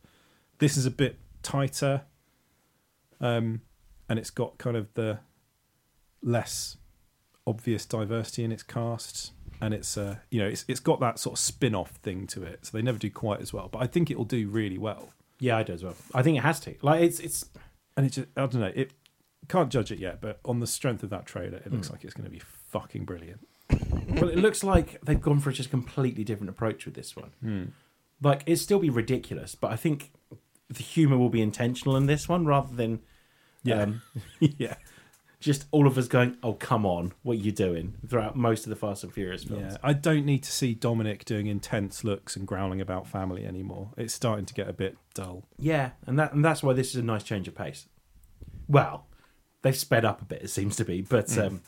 Speaker 1: This is a bit tighter, um, and it's got kind of the less obvious diversity in its cast, and it's uh, you know it's it's got that sort of spin-off thing to it. So they never do quite as well, but I think it will do really well.
Speaker 2: yeah, I do as well. I think it has to. Like it's it's
Speaker 1: And it just I don't know it can't judge it yet, but on the strength of that trailer, it looks like it's going to be fucking brilliant.
Speaker 2: well, it looks like they've gone for a just completely different approach with this one.
Speaker 1: Hmm.
Speaker 2: Like it'd still be ridiculous, but I think the humor will be intentional in this one rather than
Speaker 1: Yeah.
Speaker 2: um,
Speaker 1: yeah,
Speaker 2: just all of us going, "Oh, come on, what are you doing?" Throughout most of the Fast and Furious films.
Speaker 1: Yeah, I don't need to see Dominic doing intense looks and growling about family anymore. It's starting to get a bit dull.
Speaker 2: Yeah, and that and that's why this is a nice change of pace. Well, they've sped up a bit, it seems to be, but
Speaker 1: Mm.
Speaker 2: um,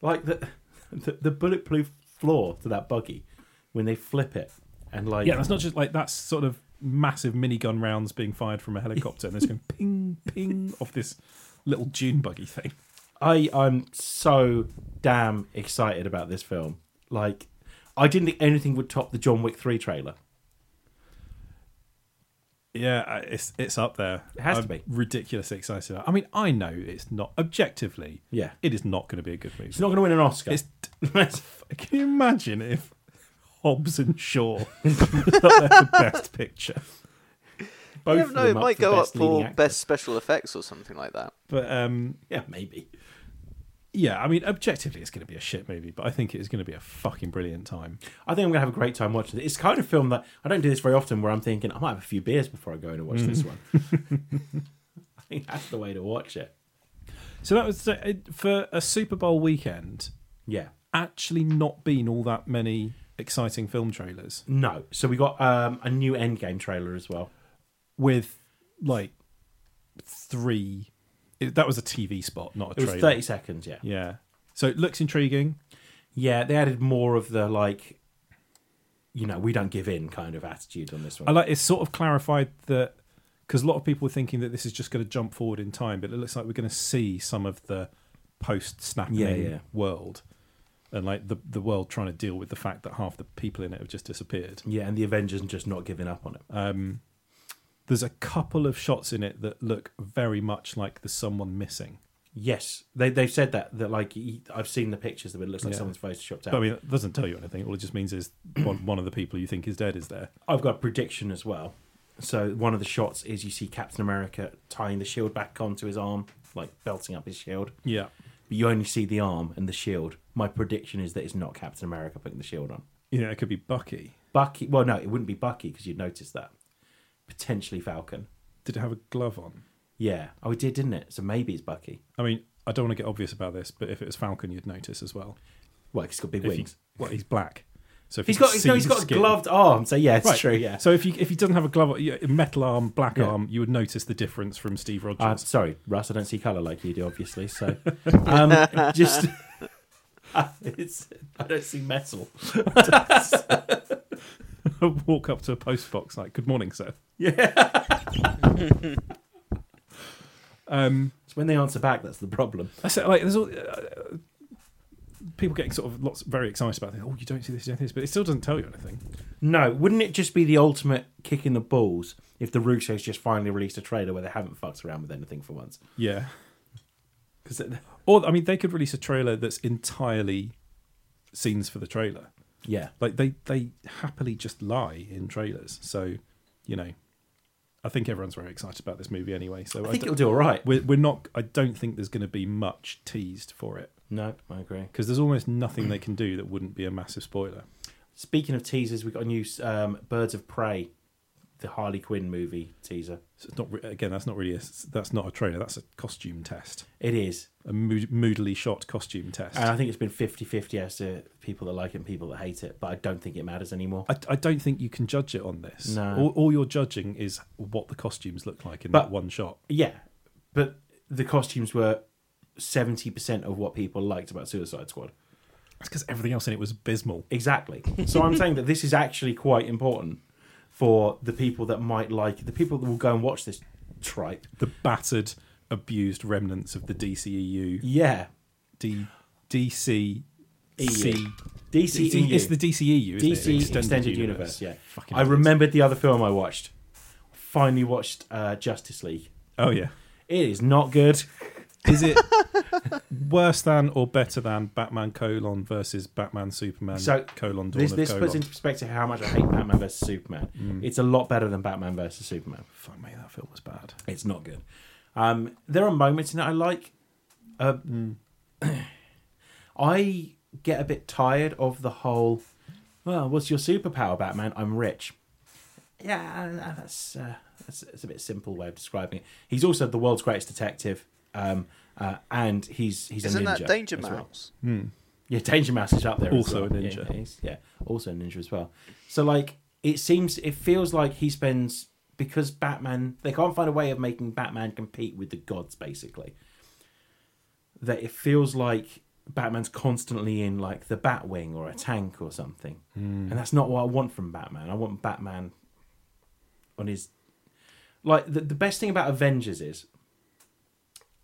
Speaker 2: like the, the the bulletproof floor to that buggy when they flip it and like
Speaker 1: Yeah, that's not just like that's sort of massive minigun rounds being fired from a helicopter and it's going ping ping off this little dune buggy thing.
Speaker 2: I I'm so damn excited about this film. Like, I didn't think anything would top the John Wick three trailer.
Speaker 1: Yeah, I- it's it's up there.
Speaker 2: It has to
Speaker 1: I'm
Speaker 2: be.
Speaker 1: ridiculously excited. I mean, I know it's not objectively.
Speaker 2: Yeah.
Speaker 1: it is not going to be a good movie.
Speaker 2: It's not going to win an Oscar.
Speaker 1: It's, can you imagine if Hobbs and Shaw got the best picture?
Speaker 3: I
Speaker 2: Both
Speaker 3: don't
Speaker 2: of
Speaker 3: know,
Speaker 2: them
Speaker 3: it might
Speaker 2: for
Speaker 3: go up
Speaker 2: best leading
Speaker 3: for
Speaker 2: actor.
Speaker 3: best special effects or something like that.
Speaker 1: But um,
Speaker 2: Yeah, maybe.
Speaker 1: Yeah, I mean, objectively, it's going to be a shit movie, but I think it is going to be a fucking brilliant time.
Speaker 2: I think I'm gonna have a great time watching it. It's the kind of film that I don't do this very often, where I'm thinking I might have a few beers before I go in and watch
Speaker 1: Hmm.
Speaker 2: this one. I think that's the way to watch it.
Speaker 1: So that was uh, for a Super Bowl weekend.
Speaker 2: Yeah.
Speaker 1: Actually, not been all that many exciting film trailers
Speaker 2: No. So we got um, a new Endgame trailer as well.
Speaker 1: with like three. It, that was a TV spot, not
Speaker 2: It
Speaker 1: a
Speaker 2: was
Speaker 1: trailer.
Speaker 2: 30 seconds. Yeah.
Speaker 1: Yeah, so it looks intriguing.
Speaker 2: Yeah. They added more of the like, you know, we don't give in kind of attitude on this one.
Speaker 1: I like it's sort of clarified that because a lot of people were thinking that this is just going to jump forward in time, but it looks like we're going to see some of the post snapping
Speaker 2: Yeah, yeah.
Speaker 1: world and like the the world trying to deal with the fact that half the people in it have just disappeared.
Speaker 2: yeah, and the Avengers just not giving up on it. Uh,
Speaker 1: There's a couple of shots in it that look very much like there's someone missing.
Speaker 2: yes, they they've said that that like y- I've seen the pictures, but it looks like
Speaker 1: Yeah.
Speaker 2: someone's photoshopped out.
Speaker 1: But I mean, it doesn't tell you anything. All it just means is one, one of the people you think is dead is there.
Speaker 2: I've got a prediction as well. So one of the shots is you see Captain America tying the shield back onto his arm, like belting up his shield.
Speaker 1: Yeah.
Speaker 2: But you only see the arm and the shield. My prediction is that it's not Captain America putting the shield on.
Speaker 1: You know, it could be Bucky.
Speaker 2: Bucky, well, no, it wouldn't be Bucky because you'd notice that. Potentially Falcon.
Speaker 1: Did it have a glove on?
Speaker 2: Yeah. Oh, it did, didn't it? So maybe it's Bucky.
Speaker 1: I mean, I don't want to get obvious about this, but if it was Falcon, you'd notice as well.
Speaker 2: Well, 'cause he's got big
Speaker 1: If you-
Speaker 2: wings.
Speaker 1: well, he's black. So if
Speaker 2: He's
Speaker 1: you can
Speaker 2: got
Speaker 1: see
Speaker 2: no, he's
Speaker 1: his
Speaker 2: got a
Speaker 1: skin-
Speaker 2: gloved arm. So yeah, it's
Speaker 1: Right.
Speaker 2: true. Yeah.
Speaker 1: So if you if he doesn't have a glove, a metal arm, black
Speaker 2: Yeah.
Speaker 1: arm, you would notice the difference from Steve Rogers.
Speaker 2: Uh, sorry, Russ. I don't see color like you do, obviously. So, um, just it's, I don't see metal.
Speaker 1: Walk up to a post box like, "Good morning, sir."
Speaker 2: Yeah.
Speaker 1: Um,
Speaker 2: It's when they answer back that's the problem.
Speaker 1: That's it. Like, there's all uh, people getting sort of lots very excited about. it. Oh, you don't see this, you don't see this, but it still doesn't tell you anything.
Speaker 2: No, wouldn't it just be the ultimate kick in the balls if the Russo's just finally released a trailer where they haven't fucked around with anything for once?
Speaker 1: Yeah.
Speaker 2: Because
Speaker 1: Or I mean, they could release a trailer that's entirely scenes for the trailer.
Speaker 2: yeah,
Speaker 1: Like they they happily just lie in trailers. So, you know, I think everyone's very excited about this movie anyway. So
Speaker 2: I think
Speaker 1: don't-
Speaker 2: it'll do all right.
Speaker 1: we're, we're not. I don't think there's going to be much teased for it
Speaker 2: No, I agree.
Speaker 1: because there's almost nothing they can do that wouldn't be a massive spoiler.
Speaker 2: Speaking of teasers, we got a new um, Birds of Prey, the Harley Quinn movie teaser.
Speaker 1: So it's not re- again. That's not really. A, that's not a trailer. That's a costume test.
Speaker 2: It is,
Speaker 1: A mood, moodily shot costume test.
Speaker 2: and I think it's been 50-50 as to people that like it and people that hate it. But I don't think it matters anymore. Uh,
Speaker 1: I, I don't think you can judge it on this.
Speaker 2: No.
Speaker 1: All, all you're judging is what the costumes look like in
Speaker 2: But-
Speaker 1: that one shot.
Speaker 2: Yeah, but the costumes were seventy percent of what people liked about Suicide Squad.
Speaker 1: That's because everything else in it was abysmal.
Speaker 2: Exactly. So I'm saying that this is actually quite important for the people that might like the people that will go and watch this tripe.
Speaker 1: The battered, abused remnants of the DCEU.
Speaker 2: Yeah.
Speaker 1: D, DC.
Speaker 2: EU.
Speaker 1: C- E
Speaker 2: DC
Speaker 1: It's, it's the DCEU, isn't
Speaker 2: DC
Speaker 1: it?
Speaker 2: E extended, universe. Yeah.
Speaker 1: Fucking
Speaker 2: I
Speaker 1: idiots.
Speaker 2: remembered the other film I watched. Finally watched uh, Justice League.
Speaker 1: Oh, yeah.
Speaker 2: It is not good.
Speaker 1: Is it worse than or better than Batman colon versus Batman Superman
Speaker 2: So,
Speaker 1: colon Dawn
Speaker 2: This,
Speaker 1: of
Speaker 2: this
Speaker 1: colon?
Speaker 2: puts into perspective how much I hate Batman versus Superman. It's a lot better than Batman versus Superman.
Speaker 1: Fuck me, that film was bad.
Speaker 2: It's not good. Um, there are moments in it I like. Uh, I get a bit tired of the whole. Well, what's your superpower, Batman? I'm rich. Yeah, uh, that's uh, that's, that's a bit simple way of describing it. He's also the world's greatest detective, um, uh, and he's he's
Speaker 3: Isn't
Speaker 2: a ninja.
Speaker 3: that Danger
Speaker 2: as well.
Speaker 3: Mouse?
Speaker 2: Yeah, Danger Mouse is up there. as
Speaker 1: Also
Speaker 2: well.
Speaker 1: a ninja.
Speaker 2: Yeah, he's- yeah, also a ninja as well. So like, it seems, it feels like he spends because Batman. They can't find a way of making Batman compete with the gods, basically. That it feels like Batman's constantly in like the Batwing or a tank or something,
Speaker 1: Hmm.
Speaker 2: and that's not what I want from Batman. I want Batman on his like the, the best thing about Avengers is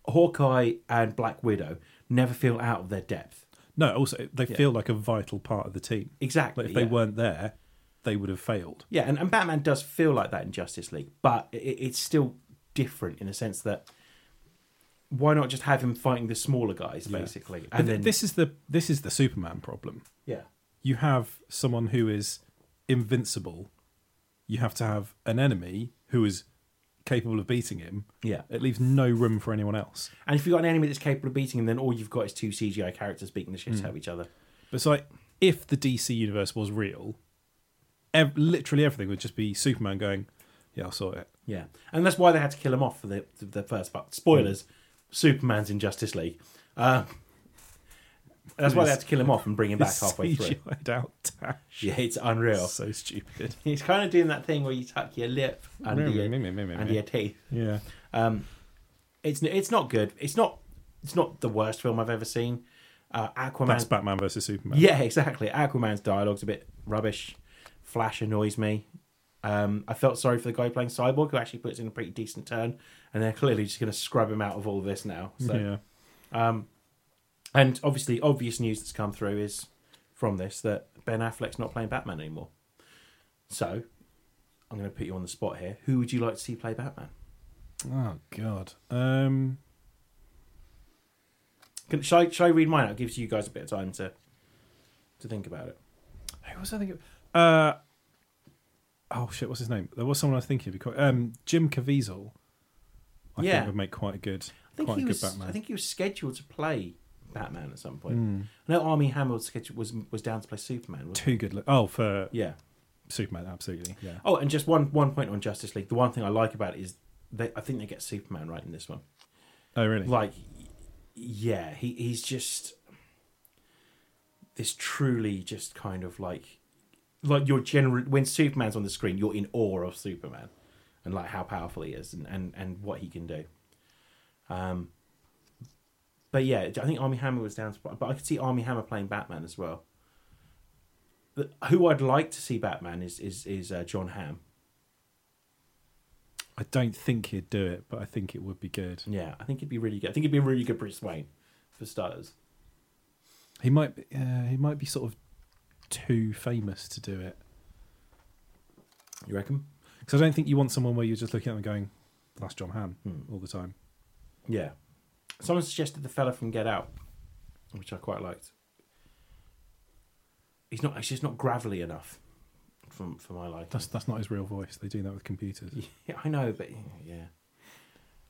Speaker 2: Hawkeye and Black Widow never feel out of their depth.
Speaker 1: No, also, they feel like a vital part of the team.
Speaker 2: Exactly.
Speaker 1: Like, if they
Speaker 2: yeah.
Speaker 1: weren't there, they would have failed.
Speaker 2: Yeah, and, and Batman does feel like that in Justice League, but it, it's still different in a sense that why not just have him fighting the smaller guys,
Speaker 1: Yeah.
Speaker 2: basically?
Speaker 1: But
Speaker 2: And then,
Speaker 1: this is the this is the Superman problem.
Speaker 2: yeah.
Speaker 1: You have someone who is invincible. You have to have an enemy who is capable of beating him.
Speaker 2: Yeah.
Speaker 1: It leaves no room for anyone else.
Speaker 2: And if you've got an enemy that's capable of beating him, then all you've got is two CGI characters beating the shit
Speaker 1: Mm.
Speaker 2: out of each other.
Speaker 1: But it's like if the DC universe was real, ev- literally everything would just be Superman going, "Yeah, I saw it."
Speaker 2: Yeah. And that's why they had to kill him off for the, the first part. Spoilers
Speaker 1: Mm.
Speaker 2: Superman's in Justice League. Uh, that's why they had to kill him off and bring him back halfway through.
Speaker 1: CGI'd out dash.
Speaker 2: Yeah, it's unreal.
Speaker 1: So stupid.
Speaker 2: He's kind of doing that thing where you tuck your lip under your, under your
Speaker 1: Yeah.
Speaker 2: teeth. Um, E it's it's not good. It's not it's not the worst film I've ever seen. Uh, Aquaman.
Speaker 1: That's Batman versus Superman.
Speaker 2: yeah, exactly. Aquaman's dialogue's a bit rubbish. Flash annoys me. Um, I felt sorry for the guy playing Cyborg who actually puts in a pretty decent turn, and they're clearly just going to scrub him out of all this now. So,
Speaker 1: Yeah.
Speaker 2: um, and obviously, obvious news that's come through is from this that Ben Affleck's not playing Batman anymore. So, I'm going to put you on the spot here. Who would you like to see play Batman?
Speaker 1: Oh god. Um
Speaker 2: Can, shall, I, shall I read mine out? It gives you guys a bit of time to to think about it.
Speaker 1: Who was I thinking? of? Uh, oh shit, what's his name? There was someone I was thinking of. because- Um, Jim Caviezel. I
Speaker 2: Yeah.
Speaker 1: think would make quite a good,
Speaker 2: I think
Speaker 1: quite
Speaker 2: he
Speaker 1: a good
Speaker 2: was.
Speaker 1: Batman.
Speaker 2: I think he was scheduled to play Batman at some point. I know Army Hammer was scheduled was was down to play Superman. wasn't
Speaker 1: Too good. Look- oh, for
Speaker 2: he? yeah.
Speaker 1: Superman, absolutely. Yeah.
Speaker 2: Oh, and just one one point on Justice League. The one thing I like about it is they. I think they get Superman right in this one.
Speaker 1: Oh, really?
Speaker 2: Like, yeah, he he's just this truly just kind of like like your general when Superman's on the screen, you're in awe of Superman and like how powerful he is and and, and what he can do. Um, But yeah, I think Army Hammer was down to, but I could see Army Hammer playing Batman as well. But who I'd like to see Batman is is is uh, John Hamm.
Speaker 1: I don't think he'd do it, but I think it would be good.
Speaker 2: Yeah, I think it'd be really good. I think it'd be a really good Bruce Wayne, for starters.
Speaker 1: He might be, uh, he might be sort of too famous to do it
Speaker 2: You reckon?
Speaker 1: because I don't think you want someone where you're just looking at them going, "That's John Hamm"
Speaker 2: Hmm.
Speaker 1: all the time.
Speaker 2: Yeah. Someone suggested the fella from Get Out, which I quite liked. He's not. He's just not gravelly enough, from for my liking.
Speaker 1: That's that's not his real voice. They do that with computers.
Speaker 2: yeah, I know, but yeah.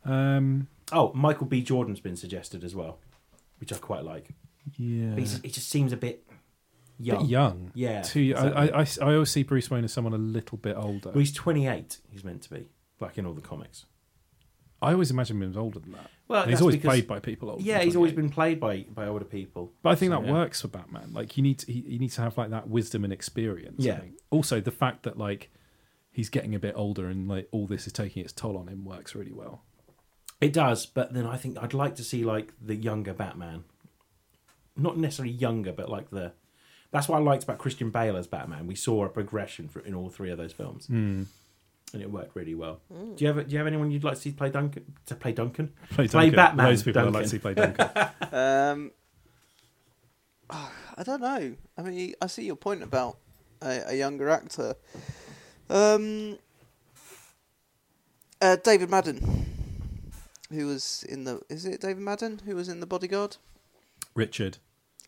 Speaker 1: Um,
Speaker 2: Oh, Michael B. Jordan's been suggested as well, which I quite like.
Speaker 1: yeah,
Speaker 2: But he's, he just seems a bit
Speaker 1: Bit
Speaker 2: young.
Speaker 1: young.
Speaker 2: Yeah,
Speaker 1: Too, I, I, I,
Speaker 2: exactly.
Speaker 1: I always see Bruce Wayne as someone a little bit older.
Speaker 2: Well, he's 28. He's meant to be, like in all the comics.
Speaker 1: I always imagine him as older than that.
Speaker 2: Well,
Speaker 1: And he's
Speaker 2: that's
Speaker 1: always
Speaker 2: because-
Speaker 1: played by people older.
Speaker 2: Yeah,
Speaker 1: than
Speaker 2: he's always
Speaker 1: 28.
Speaker 2: been played by by older people.
Speaker 1: But I think
Speaker 2: So,
Speaker 1: that
Speaker 2: yeah.
Speaker 1: works for Batman. Like you need to, he, he needs to have like that wisdom and experience. I
Speaker 2: Yeah.
Speaker 1: think. Also, the fact that like he's getting a bit older and like all this is taking its toll on him works really well.
Speaker 2: It does, but then I think I'd like to see like the younger Batman. Not necessarily younger, but like the. That's what I liked about Christian Bale as Batman. We saw a progression for, in all three of those films, and it worked really well. Do you have Do you have anyone you'd like to see play Duncan? To play Duncan?
Speaker 1: Play,
Speaker 2: Batman,
Speaker 1: Those people I like
Speaker 2: Duncan.
Speaker 1: to see play Duncan.
Speaker 3: Um, I don't know. I mean, I see your point about a, a younger actor. Um, uh, David Madden, who was in the is it David Madden who was in the Bodyguard?
Speaker 1: Hmm? Richard.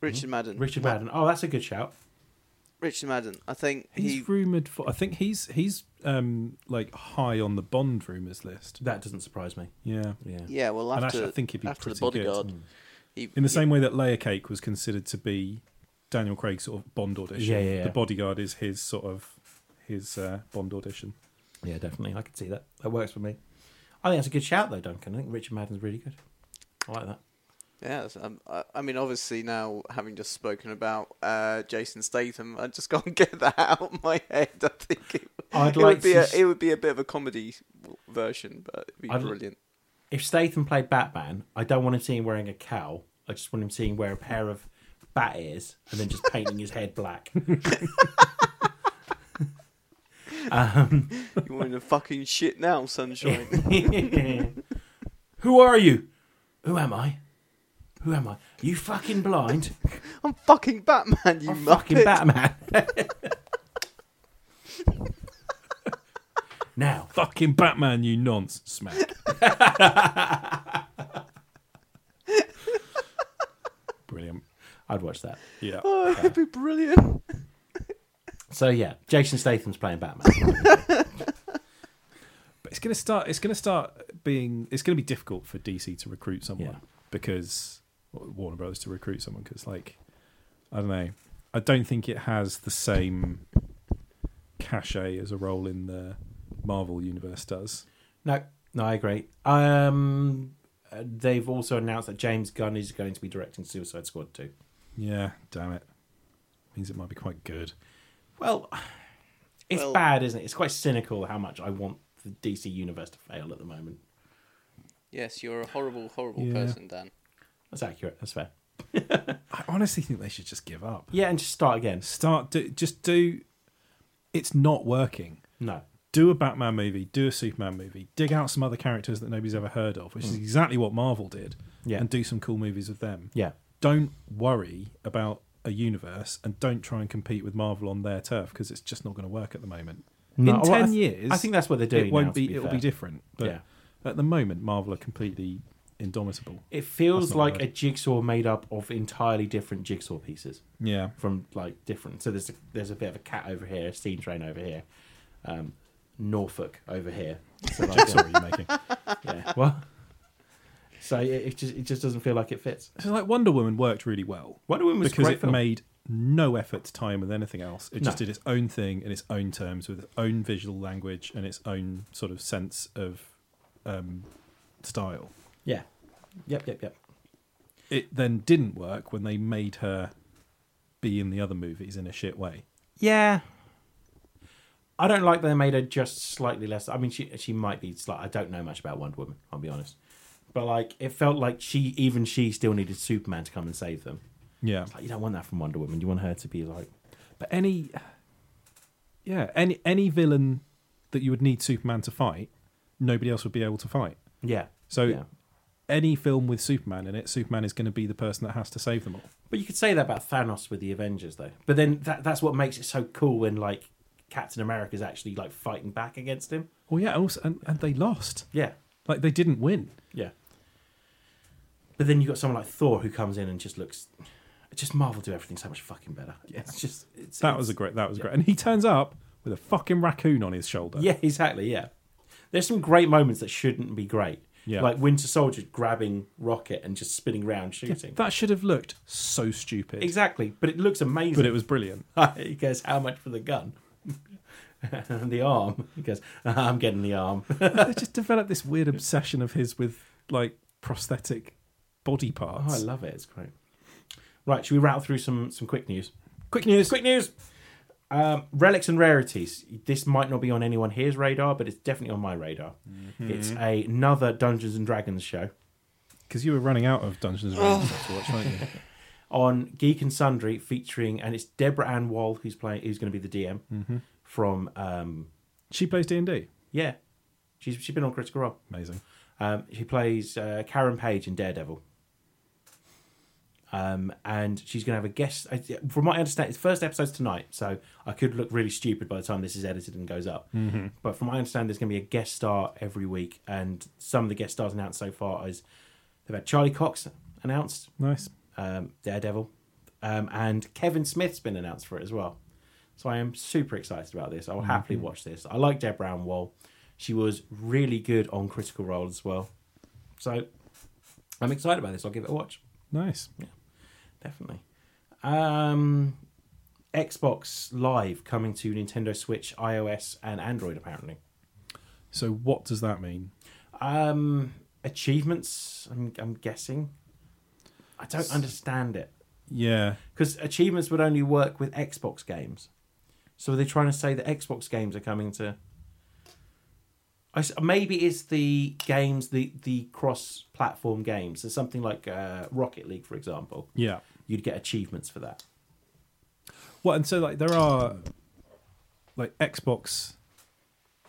Speaker 3: Richard Madden.
Speaker 2: Richard Madden. Oh, that's a good shout.
Speaker 3: Richard Madden. I think
Speaker 1: He's
Speaker 3: he.
Speaker 1: rumored for. I think he's he's um like high on the Bond rumors list.
Speaker 2: That doesn't surprise me.
Speaker 1: Yeah.
Speaker 2: Yeah.
Speaker 3: Yeah, well,
Speaker 1: And
Speaker 3: after
Speaker 1: actually, I think he'd be
Speaker 3: after the
Speaker 1: pretty good.
Speaker 3: Bodyguard, he,
Speaker 1: In the same way that Layer Cake was considered to be Daniel Craig's sort of Bond audition.
Speaker 2: Yeah, yeah, yeah.
Speaker 1: The Bodyguard is his sort of his uh, Bond audition.
Speaker 2: Yeah, definitely. I could see that. That works for me. I think that's a good shout, though, Duncan. I think Richard Madden's really good. I like that.
Speaker 3: Yeah, so, um, I, I mean, obviously now having just spoken about uh, Jason Statham, I just can't get that out of my head. I think it,
Speaker 2: I'd
Speaker 3: it
Speaker 2: like
Speaker 3: would be
Speaker 2: to
Speaker 3: a,
Speaker 2: s-
Speaker 3: it would be a bit of a comedy w- version, but it'd be
Speaker 2: I'd-
Speaker 3: brilliant.
Speaker 2: If Statham played Batman, I don't want him seeing wearing a cowl. I just want him seeing wear a pair of bat ears and then just painting his head black.
Speaker 3: you want in a fucking shit now, sunshine?
Speaker 2: Who are you? Who am I? Who am I? You fucking blind?
Speaker 3: I'm fucking Batman, you
Speaker 2: I'm fucking
Speaker 3: muppet.
Speaker 2: Batman. now,
Speaker 1: Fucking Batman, you nonce smack. Brilliant.
Speaker 2: I'd watch that.
Speaker 1: Yeah.
Speaker 3: Oh, it'd be brilliant.
Speaker 2: So yeah, Jason Statham's playing Batman.
Speaker 1: But it's gonna start. It's gonna start being. It's gonna be difficult for DC to recruit someone
Speaker 2: Yeah.
Speaker 1: because or Warner Brothers to recruit someone because, like, I don't know. I don't think it has the same cachet as a role in the Marvel universe does.
Speaker 2: no, no, I agree. Um, uh, they've also announced that James Gunn is going to be directing Suicide Squad 2.
Speaker 1: Yeah, damn it. Means it might be quite good.
Speaker 2: Well, it's
Speaker 3: Well-
Speaker 2: bad, isn't it? It's quite cynical how much I want the DC universe to fail at the moment.
Speaker 3: Yes, you're a horrible, horrible
Speaker 1: Yeah.
Speaker 3: person, Dan.
Speaker 2: That's accurate. That's fair.
Speaker 1: I honestly think they should just give up.
Speaker 2: Yeah, and just start again.
Speaker 1: Start. Do, just do. It's not working.
Speaker 2: No,
Speaker 1: do a Batman movie, do a Superman movie, dig out some other characters that nobody's ever heard of, which is exactly what Marvel did,
Speaker 2: Hmm. Yeah.
Speaker 1: and do some cool movies with them.
Speaker 2: yeah,
Speaker 1: Don't worry about a universe and don't try and compete with Marvel on their turf because it's just not going to work at the moment.
Speaker 2: No,
Speaker 1: In
Speaker 2: well, I
Speaker 1: 10
Speaker 2: th-
Speaker 1: years,
Speaker 2: I think that's what they're doing.
Speaker 1: it won't
Speaker 2: now, to
Speaker 1: be,
Speaker 2: be
Speaker 1: it'll
Speaker 2: fair.
Speaker 1: be different. But
Speaker 2: Yeah.
Speaker 1: at the moment, Marvel are completely indomitable.
Speaker 2: It
Speaker 1: That's
Speaker 2: feels
Speaker 1: not
Speaker 2: like
Speaker 1: bad.
Speaker 2: a jigsaw made up of entirely different jigsaw pieces
Speaker 1: Yeah.
Speaker 2: from like different. So there's a, there's a bit of a cat over here, a steam train over here, um, Norfolk over here. So like,
Speaker 1: Sorry, you're making.
Speaker 2: yeah, well, so it, it just it just doesn't feel like it fits.
Speaker 1: So like Wonder Woman worked really well.
Speaker 2: Wonder Woman was a
Speaker 1: because
Speaker 2: great
Speaker 1: it
Speaker 2: film.
Speaker 1: made no effort to tie in with anything else. It just
Speaker 2: No.
Speaker 1: did its own thing in its own terms with its own visual language and its own sort of sense of um, style.
Speaker 2: Yeah, yep, yep, yep.
Speaker 1: It then didn't work when they made her be in the other movies in a shit way.
Speaker 2: Yeah. I don't like they made her just slightly less. I mean, she she might be slight. I don't know much about Wonder Woman. I'll be honest, But like, it felt like she, even she, still needed Superman to come and save them.
Speaker 1: Yeah.
Speaker 2: It's like you don't want that from Wonder Woman. You want her to be like,
Speaker 1: But any, yeah, any any villain that you would need Superman to fight, nobody else would be able to fight.
Speaker 2: yeah.
Speaker 1: So
Speaker 2: yeah.
Speaker 1: any film with Superman in it, Superman is going to be the person that has to save them all.
Speaker 2: But you could say that about Thanos with the Avengers, though. But then that, that's what makes it so cool when like Captain America's actually like fighting back against him.
Speaker 1: Well, yeah, also, and, and they lost.
Speaker 2: Yeah,
Speaker 1: Like they didn't win.
Speaker 2: yeah. But then you got someone like Thor who comes in and just looks, just Marvel do everything so much fucking better. Yeah, it's just it's,
Speaker 1: That was a great. That was great. And he turns up with a fucking raccoon on his shoulder.
Speaker 2: yeah, exactly. Yeah, there's some great moments that shouldn't be great.
Speaker 1: Yeah.
Speaker 2: like Winter Soldier grabbing Rocket and just spinning round shooting.
Speaker 1: That should have looked so stupid.
Speaker 2: exactly, but it looks amazing.
Speaker 1: But it was brilliant.
Speaker 2: he goes, "How much for the gun?" and the arm. He goes, "I'm getting the arm."
Speaker 1: they just developed this weird obsession of his with like prosthetic body
Speaker 2: Oh, I
Speaker 1: parts.
Speaker 2: love it. It's great. Right, should we rattle through some some quick news?
Speaker 1: Quick news.
Speaker 2: Quick news. Um, relics and rarities. This might not be on anyone here's radar, but it's definitely on my radar.
Speaker 1: Mm-hmm.
Speaker 2: It's a, another Dungeons and Dragons show
Speaker 1: Because you were running out of Dungeons and Dragons to watch, weren't you?
Speaker 2: on Geek and Sundry, featuring and it's Deborah Ann Wall who's playing, who's going to be the DM
Speaker 1: Mm-hmm.
Speaker 2: from um,
Speaker 1: She plays D and D.
Speaker 2: yeah, she's she's been on Critical Role.
Speaker 1: Amazing.
Speaker 2: Um, she plays uh, Karen Page in Daredevil. Um, and she's going to have a guest. I- From what I understand, it's first episode's tonight, so I could look really stupid by the time this is edited and goes up. But from what I understand, there's going to be a guest star every week, and some of the guest stars announced so far is they've had Charlie Cox announced,
Speaker 1: Nice.
Speaker 2: um, Daredevil, um, and Kevin Smith's been announced for it as well. So I am super excited about this. I will happily watch this. I like Deb Brown Wall. She was really good on Critical Role as well. So I'm excited about this. I'll give it a watch.
Speaker 1: Nice.
Speaker 2: Definitely. Um, Xbox Live coming to Nintendo Switch, iOS, and Android apparently.
Speaker 1: So what does that mean?
Speaker 2: Um, achievements, I'm, I'm guessing. I don't understand it.
Speaker 1: Yeah.
Speaker 2: because achievements would only work with Xbox games. So are they trying to say that Xbox games are coming to? I s maybe it's the games, the the cross-platform games. So something like uh, Rocket League, for example,
Speaker 1: Yeah.
Speaker 2: you'd get achievements for that.
Speaker 1: Well, and so like there are like Xbox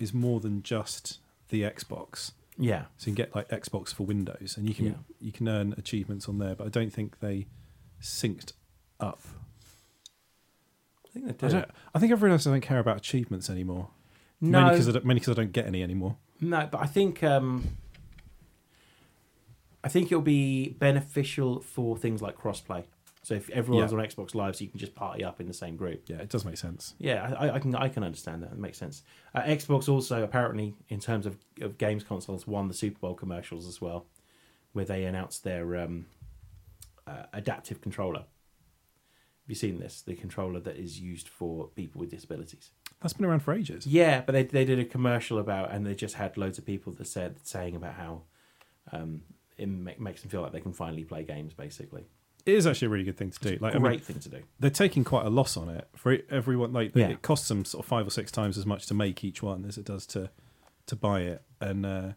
Speaker 1: is more than just the Xbox.
Speaker 2: Yeah,
Speaker 1: So you can get like Xbox for Windows, and you can
Speaker 2: Yeah.
Speaker 1: you can earn achievements on there. But I don't think they synced up.
Speaker 2: I think they do.
Speaker 1: I, don't, I think I've realised I don't care about achievements anymore.
Speaker 2: no,
Speaker 1: Mainly because I don't, mainly 'cause I don't get any anymore.
Speaker 2: no, but I think um, I think it'll be beneficial for things like crossplay. So if everyone's
Speaker 1: Yeah.
Speaker 2: on Xbox Live, so you can just party up in the same group.
Speaker 1: Yeah, it does make sense.
Speaker 2: Yeah, I, I can I can understand that. It makes sense. Uh, Xbox also apparently, in terms of, of games consoles, won the Super Bowl commercials as well, where they announced their um, uh, adaptive controller. Have you seen this? The controller that is used for people with disabilities.
Speaker 1: That's been around for ages.
Speaker 2: Yeah, but they they did a commercial about, and they just had loads of people that said saying about how um, it ma- makes them feel like they can finally play games. Basically,
Speaker 1: It is actually a really good thing to do. Like, I
Speaker 2: great
Speaker 1: mean,
Speaker 2: thing to do.
Speaker 1: they're taking quite a loss on it for it- everyone. Like, they-
Speaker 2: Yeah.
Speaker 1: it costs them sort of five or six times as much to make each one as it does to to buy it, and uh,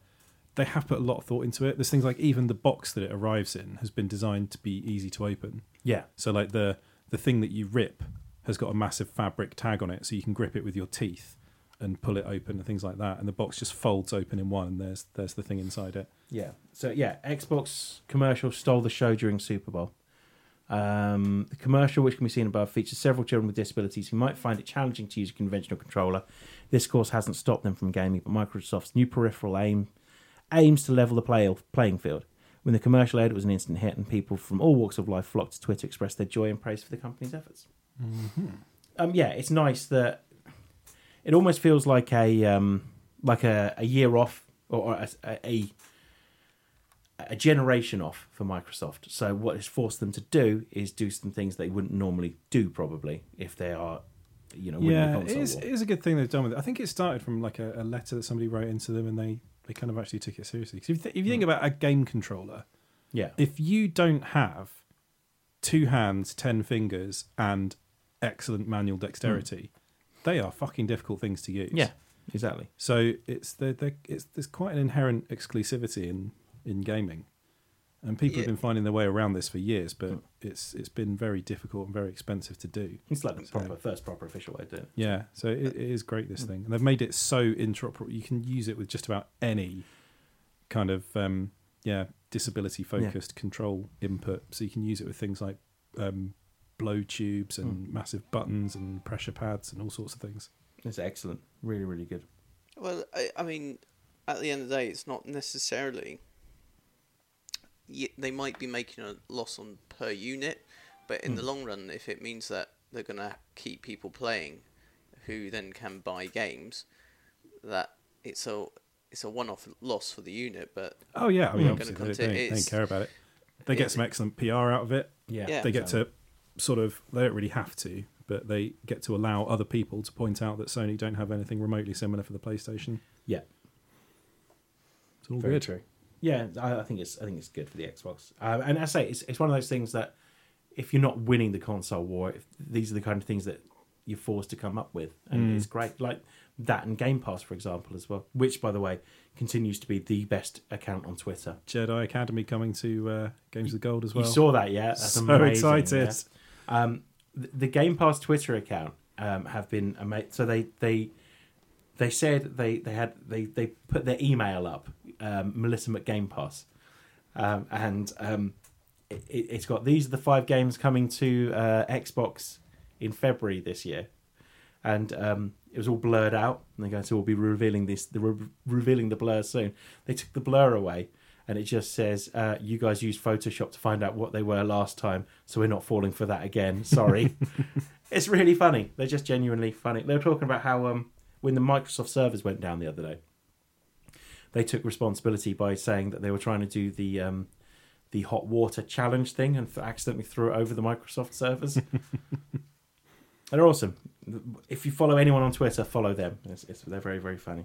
Speaker 1: they have put a lot of thought into it. There's things like even the box that it arrives in has been designed to be easy to open.
Speaker 2: Yeah,
Speaker 1: So like the the thing that you rip has got a massive fabric tag on it, so you can grip it with your teeth and pull it open and things like that. And the box just folds open in one, and there's there's the thing inside it.
Speaker 2: Yeah. So yeah, Xbox commercial stole the show during Super Bowl. Um, the commercial, which can be seen above, features several children with disabilities who might find it challenging to use a conventional controller. This course hasn't stopped them from gaming, but Microsoft's new peripheral aim aims to level the play- playing field. When the commercial aired, it was an instant hit, and people from all walks of life flocked to Twitter to express their joy and praise for the company's efforts.
Speaker 1: Mm-hmm.
Speaker 2: Um, yeah, it's nice that it almost feels like a um, like a, a year off or, or a, a a generation off for Microsoft. So what it's forced them to do is do some things they wouldn't normally do probably if they are, you know, winning
Speaker 1: yeah,
Speaker 2: the
Speaker 1: it
Speaker 2: console
Speaker 1: is,
Speaker 2: war.
Speaker 1: it is a good thing they've done with it. I think it started from like a, a letter that somebody wrote into them, and they they kind of actually took it seriously. 'Cause if you, th- if you think about a game controller,
Speaker 2: yeah,
Speaker 1: if you don't have two hands, ten fingers, and excellent manual dexterity, they are fucking difficult things to use.
Speaker 2: yeah, exactly.
Speaker 1: So it's the, the it's there's quite an inherent exclusivity in in gaming, and people have
Speaker 3: Yeah.
Speaker 1: been finding their way around this for years. But it's it's been very difficult and very expensive to do.
Speaker 2: It's like the proper first proper official way to do it.
Speaker 1: Yeah, Hmm. so it, it is great this thing, and they've made it so interoperable. You can use it with just about any kind of um, yeah disability focused control input. So you can use it with things like um, blow tubes and massive buttons and pressure pads and all sorts of things.
Speaker 2: It's excellent. Really, really good.
Speaker 3: Well, I, I mean, at the end of the day, it's not necessarily. y they might be making a loss on per unit, but in the long run, if it means that they're going to keep people playing, who then can buy games, that it's a it's a one-off loss for the unit. But
Speaker 1: Oh yeah, I mean
Speaker 2: Mm.
Speaker 3: Not
Speaker 1: obviously
Speaker 3: gonna
Speaker 1: they,
Speaker 3: come to-
Speaker 1: they, they
Speaker 3: it's-
Speaker 1: don't care about it. They get
Speaker 3: it-
Speaker 1: some excellent PR out of it.
Speaker 3: Yeah.
Speaker 1: They get to sort of they don't really have to, but they get to allow other people to point out that Sony don't have anything remotely similar for the PlayStation.
Speaker 2: Yeah.
Speaker 1: It's all
Speaker 2: Very
Speaker 1: good.
Speaker 2: true. Yeah, I, I think it's I think it's good for the Xbox. Um, and I say it's it's one of those things that if you're not winning the console war, if these are the kind of things that you're forced to come up with,
Speaker 1: Mm.
Speaker 2: and it's great. Like that and Game Pass, for example, as well. Which, by the way, continues to be the best account on Twitter.
Speaker 1: Jedi Academy coming to uh, Games of Gold as well.
Speaker 2: you saw that, yeah? That's
Speaker 1: so
Speaker 2: amazing,
Speaker 1: excited.
Speaker 2: yeah? um, th- the Game Pass Twitter account um, have been amazing. So they they they said they they had they they put their email up, um, Melissa at Game Pass, um, and um, it, it- it's got these are the five games coming to uh, Xbox in February this year, and um, it was all blurred out. And they go, so we'll be revealing this, the re- revealing the blur soon. They took the blur away. And it just says, uh, you guys used Photoshop to find out what they were last time, so we're not falling for that again. Sorry. it's really funny. They're just genuinely funny. They were talking about how um, when the Microsoft servers went down the other day, they took responsibility by saying that they were trying to do the um, the hot water challenge thing and th- accidentally threw it over the Microsoft servers. they're awesome. If you follow anyone on Twitter, follow them. It's, it's, they're very very funny.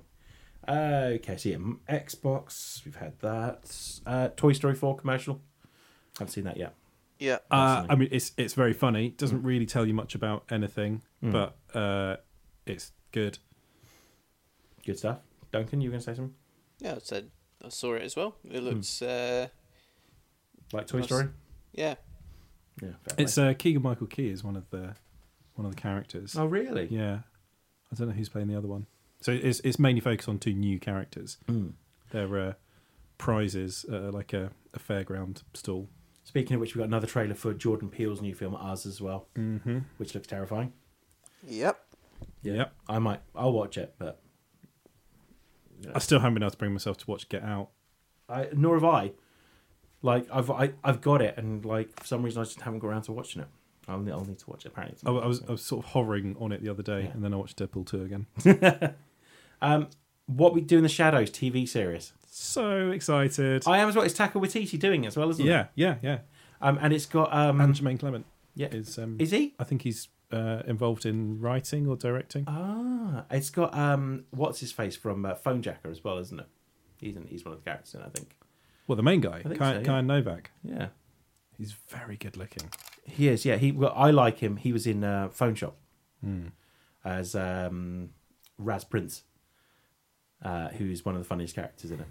Speaker 2: Okay, so yeah, m- Xbox. We've had that. Uh, Toy Story Four commercial. Haven't seen that yet.
Speaker 3: yeah,
Speaker 1: Uh,
Speaker 2: Fascinating.
Speaker 1: I mean, it's it's very funny. It
Speaker 2: Mm.
Speaker 1: doesn't really tell you much about anything, but uh, it's good.
Speaker 2: Good stuff. Duncan, you were gonna say something
Speaker 3: yeah, I said I saw it as well. It looks, uh,
Speaker 2: like Toy
Speaker 3: Nice.
Speaker 2: Story?
Speaker 3: yeah,
Speaker 2: Yeah. fair
Speaker 1: It's uh, Keegan Michael Key is one of the one of the characters.
Speaker 2: play. oh really?
Speaker 1: Yeah, I don't know who's playing the other one. So it's it's mainly focused on two new characters.
Speaker 2: Mm.
Speaker 1: They're uh, prizes, uh, like a, a fairground stall.
Speaker 2: Speaking of which, we got another trailer for Jordan Peele's new film Us as well,
Speaker 1: Mm-hmm.
Speaker 2: which looks terrifying.
Speaker 3: yep.
Speaker 1: Yeah.
Speaker 2: I might, I'll watch it, but
Speaker 1: I still haven't been able to bring myself to watch Get Out.
Speaker 2: I nor have I. Like I've I, I've got it, and like for some reason I just haven't got around to watching it. I'll, need- I'll need to watch it. Apparently, it's
Speaker 1: I, I was I was sort of hovering on it the other day,
Speaker 2: Yeah.
Speaker 1: and then I watched Deadpool two again.
Speaker 2: um, what we do in the shadows TV series.
Speaker 1: so excited!
Speaker 2: I am as well. It's Taika Waititi doing it as well, isn't it?
Speaker 1: yeah, yeah, yeah.
Speaker 2: Um, and it's got um,
Speaker 1: And Jermaine Clement
Speaker 2: yeah,
Speaker 1: is um,
Speaker 2: is he?
Speaker 1: I think he's uh, involved in writing or directing.
Speaker 2: Ah, it's got um, what's his face from uh, Phone Jacker as well, isn't it? He's in, he's one of the characters, in it, I think.
Speaker 1: well, the main guy,
Speaker 2: I think
Speaker 1: Kyan
Speaker 2: so, yeah.
Speaker 1: Kyan Novak.
Speaker 2: Yeah.
Speaker 1: He's very good looking.
Speaker 2: He is, yeah. He well, I like him. He was in uh, Phone Shop
Speaker 1: Hmm.
Speaker 2: as um, Raz Prince, uh, who is one of the funniest characters in it.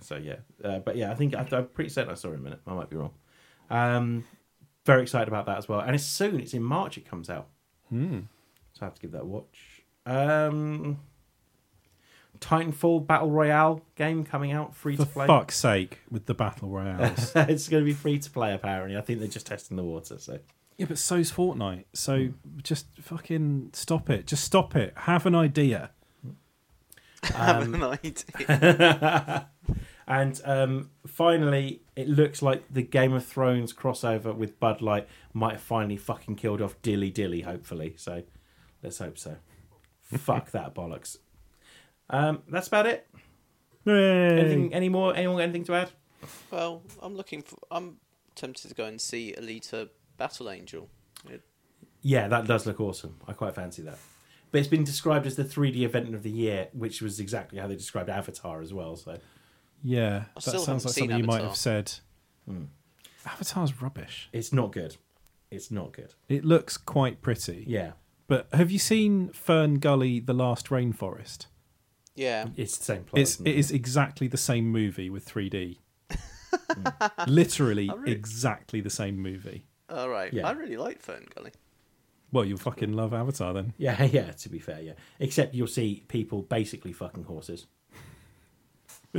Speaker 2: So yeah, uh, but yeah, I think I, I'm pretty certain I saw him in it. I might be wrong. Um, very excited about that as well. And it's soon. It's in March. It comes out,
Speaker 1: Hmm.
Speaker 2: so I have to give that a watch. Um, Titanfall Battle Royale game coming out free
Speaker 1: For
Speaker 2: to play.
Speaker 1: fuck's sake, with the battle royales.
Speaker 2: it's going to be free to play apparently. I think they're just testing the water. So
Speaker 1: yeah, but so's Fortnite. So just fucking stop it. Just stop it. Have an idea.
Speaker 3: Have an idea.
Speaker 2: And um, finally, it looks like the Game of Thrones crossover with Bud Light might have finally fucking killed off Dilly Dilly, hopefully. So let's hope so. Fuck that bollocks. Um, that's about it. Anything, any more? Anyone got anything to add?
Speaker 3: Well, I'm looking for. I'm tempted to go and see Alita Battle Angel. It,
Speaker 2: Yeah, that does look awesome. I quite fancy that. But it's been described as the 3D event of the year, which was exactly how they described Avatar as well. So
Speaker 1: Yeah,
Speaker 3: I
Speaker 1: that
Speaker 3: still
Speaker 1: sounds
Speaker 3: haven't
Speaker 1: like
Speaker 3: seen
Speaker 1: something you might
Speaker 3: Avatar.
Speaker 1: have said. Avatar's rubbish.
Speaker 2: it's not good. It's not good.
Speaker 1: It looks quite pretty.
Speaker 2: Yeah,
Speaker 1: But have you seen Fern Gully: The Last Rainforest?
Speaker 3: yeah.
Speaker 2: it's the same plot.
Speaker 1: It's
Speaker 2: isn't
Speaker 1: it is exactly the same movie with 3D. Literally
Speaker 3: Oh, really?
Speaker 1: exactly the same movie.
Speaker 3: All right.
Speaker 2: Yeah.
Speaker 3: I really like Fern Gully.
Speaker 1: Well, you'll fucking love Avatar then.
Speaker 2: Yeah, yeah. To be fair, yeah. Except you'll see people basically fucking horses.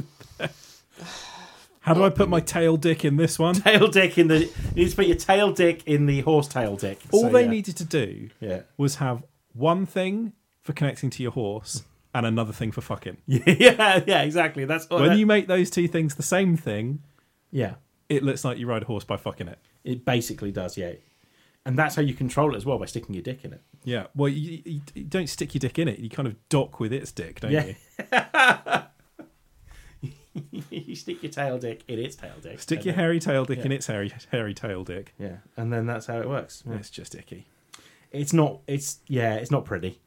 Speaker 1: How do I put my tail dick in this one?
Speaker 2: Tail dick in the. You need to put your tail dick in the horse tail dick.
Speaker 1: All
Speaker 2: So,
Speaker 1: they
Speaker 2: yeah.
Speaker 1: needed to do
Speaker 2: Yeah.
Speaker 1: was have one thing for connecting to your horse and another thing for fucking.
Speaker 2: yeah, yeah, exactly. That's all.
Speaker 1: when
Speaker 2: Oh, that-
Speaker 1: you make those two things the same thing,
Speaker 2: yeah,
Speaker 1: it looks like you ride a horse by fucking it.
Speaker 2: it basically does. Yeah, and that's how you control it as well by sticking your dick in it.
Speaker 1: Yeah. Well, you, you, you don't stick your dick in it. You kind of dock with its dick, don't
Speaker 2: Yeah.
Speaker 1: you?
Speaker 2: you stick your tail dick in its tail dick.
Speaker 1: Stick
Speaker 2: and
Speaker 1: your
Speaker 2: then-
Speaker 1: hairy tail dick in
Speaker 2: Yeah.
Speaker 1: its hairy hairy tail dick.
Speaker 2: Yeah, and then that's how it works. Yeah.
Speaker 1: It's just icky.
Speaker 2: It's not. It's yeah. It's not pretty.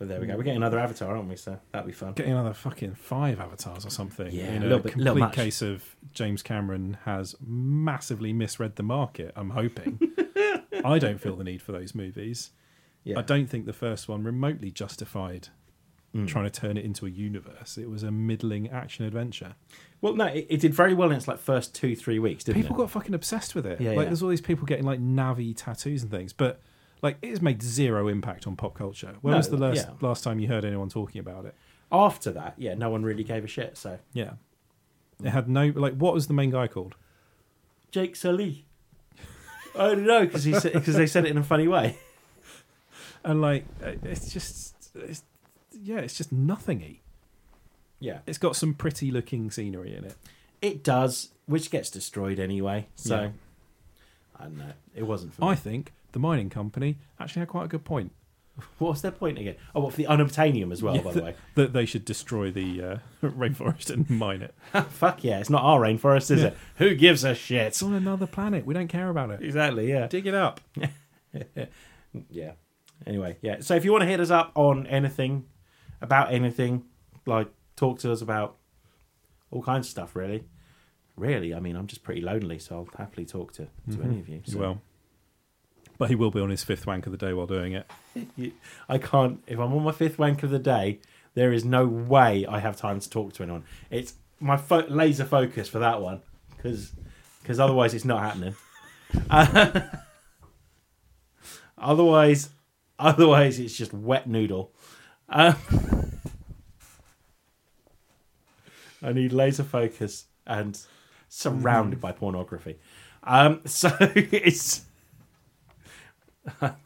Speaker 2: But there we go. We're getting another avatar, aren't we? So that'd be fun.
Speaker 1: Getting another fucking five avatars or something.
Speaker 2: Yeah,
Speaker 1: You
Speaker 2: a
Speaker 1: know,
Speaker 2: little bit-
Speaker 1: complete
Speaker 2: little much.
Speaker 1: case of James Cameron has massively misread the market. I'm hoping. I don't feel the need for those movies.
Speaker 2: Yeah.
Speaker 1: I don't think the first one remotely justified
Speaker 2: Mm.
Speaker 1: trying to turn it into a universe. It was a middling action adventure.
Speaker 2: Well, no, it, it did very well in its like first two, three weeks, didn't
Speaker 1: people
Speaker 2: it?
Speaker 1: got fucking obsessed with it.
Speaker 2: Yeah,
Speaker 1: like
Speaker 2: yeah.
Speaker 1: there's all these people getting like Navi tattoos and things, but like it has made zero impact on pop culture. When
Speaker 2: No,
Speaker 1: was the last
Speaker 2: yeah.
Speaker 1: last time you heard anyone talking about it?
Speaker 2: After that, yeah, no one really gave a shit. So
Speaker 1: Yeah.
Speaker 2: Mm.
Speaker 1: It had no like what was the main guy called?
Speaker 2: Jake Sully. I don't know because he because they said it in a funny way.
Speaker 1: And like uh, it's just it's, yeah, it's just nothingy.
Speaker 2: Yeah,
Speaker 1: It's got some pretty looking scenery in it.
Speaker 2: it does, which gets destroyed anyway. So
Speaker 1: Yeah.
Speaker 2: I don't know. It wasn't for me.
Speaker 1: I think the mining company actually had quite a good point
Speaker 2: What was their point again? Oh, what for the unobtainium as well?
Speaker 1: Yeah,
Speaker 2: by the
Speaker 1: th-
Speaker 2: way,
Speaker 1: that they should destroy the uh, rainforest and mine it.
Speaker 2: fuck yeah, it's not our rainforest, is it? Who gives a shit?
Speaker 1: It's on another planet. We don't care about it.
Speaker 2: Exactly. Yeah.
Speaker 1: Dig it up.
Speaker 2: yeah. Anyway, yeah. So if you want to hit us up on anything, about anything, like talk to us about all kinds of stuff, really. Really, I mean, I'm just pretty lonely, so I'll happily talk to, to any of you.
Speaker 1: as
Speaker 2: so.
Speaker 1: well. But he will be on his fifth wank of the day while doing it.
Speaker 2: You- I can't. If I'm on my fifth wank of the day, there is no way I have time to talk to anyone. It's my fo- laser focus for that one, because otherwise it's not happening. Uh, otherwise, otherwise it's just wet noodle. Um, I need laser focus and
Speaker 3: Mm-hmm.
Speaker 2: surrounded by pornography. Um, so it's.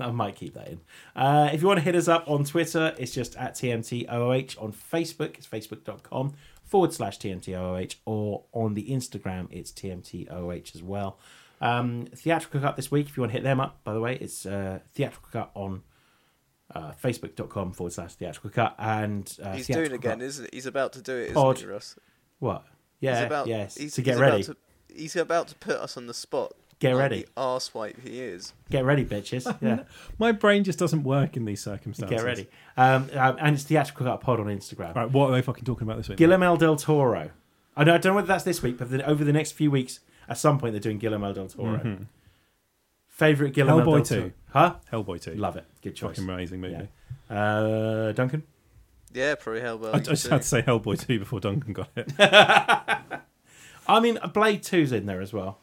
Speaker 2: I might keep that in. Uh, if you want to hit us up on Twitter, it's just at TMTOOH. On Facebook, it's facebook.com forward slash TMTOOH. Or on the Instagram, it's TMTOOH as well. Um, Theatrical Cut this week, if you want to hit them up, by the way, it's uh, Theatrical Cut on uh, facebook.com forward slash Theatrical Cut. And uh,
Speaker 3: he's doing it
Speaker 2: Theatrical
Speaker 3: again,
Speaker 2: Cut-
Speaker 3: isn't he? He's about to do it, isn't
Speaker 2: Pod.
Speaker 3: he, Russ?
Speaker 2: What? Yeah,
Speaker 3: he's about,
Speaker 2: yes.
Speaker 3: He's,
Speaker 2: to get
Speaker 3: he's
Speaker 2: ready.
Speaker 3: About to, he's about to put us on the spot.
Speaker 2: Get
Speaker 3: like
Speaker 2: ready.
Speaker 3: The arsewipe he is.
Speaker 2: Get ready, bitches. Yeah.
Speaker 1: My brain just doesn't work in these circumstances.
Speaker 2: Get ready. Um, um, and it's Theatrical Cut Pod on Instagram.
Speaker 1: Right, what are they fucking talking about this week?
Speaker 2: Guillermo del Toro. I know I don't know whether that's this week, but the, over the next few weeks, at some point, they're doing Guillermo del Toro.
Speaker 3: Mm-hmm.
Speaker 2: Favorite Guillermo
Speaker 1: Hellboy
Speaker 2: del Toro,
Speaker 1: 2.
Speaker 2: huh?
Speaker 1: Hellboy 2.
Speaker 2: Love it. Good choice.
Speaker 1: Fucking amazing movie.
Speaker 2: Yeah. Uh, Duncan.
Speaker 3: Yeah, probably Hellboy.
Speaker 1: I, I just had to say Hellboy 2 before Duncan got it.
Speaker 2: I mean, Blade 2's in there as well.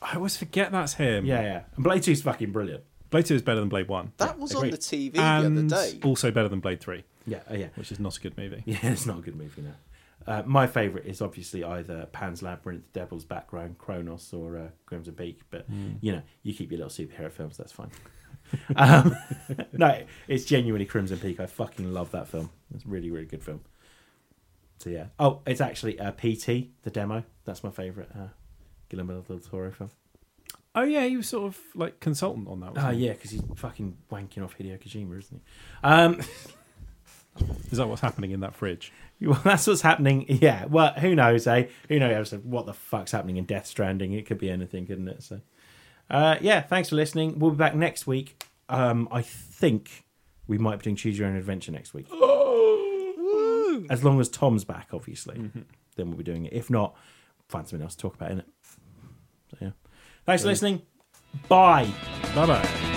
Speaker 1: I always forget that's him.
Speaker 2: Yeah, yeah. And Blade 2's fucking brilliant.
Speaker 1: Blade 2 is better than Blade 1.
Speaker 3: That was on
Speaker 2: Agreed.
Speaker 3: the TV
Speaker 1: and
Speaker 3: the other day.
Speaker 1: also better than Blade 3,
Speaker 2: Yeah,
Speaker 3: oh,
Speaker 2: uh, yeah.
Speaker 1: which is not a good movie.
Speaker 2: Yeah, it's not a good movie now. Uh, my favourite is obviously either Pan's Labyrinth, Devil's Background, Kronos, or uh, Crimson Peak. But you know, you keep your little superhero films. That's fine. um, no, it's genuinely Crimson Peak. I fucking love that film. It's a really, really good film. So yeah. Oh, it's actually uh, PT, the demo. That's my favourite uh, Guillermo del Toro film.
Speaker 1: Oh, yeah, he was sort of like consultant on that
Speaker 2: Oh
Speaker 1: one.
Speaker 2: yeah, because he's fucking wanking off Hideo Kojima, isn't he? Um,
Speaker 1: Is that what's happening in that fridge?
Speaker 2: Well, that's what's happening. Yeah. Well, who knows, eh? Who knows what the fuck's happening in Death Stranding? It could be anything, couldn't it? So, uh, yeah. Thanks for listening. We'll be back next week. Um, I think we might be doing Choose Your Own Adventure next week, as long as Tom's back, obviously. Then we'll be doing it. If not, find something else to talk about in it. So, yeah. Thanks for listening. Bye.
Speaker 1: Bye bye.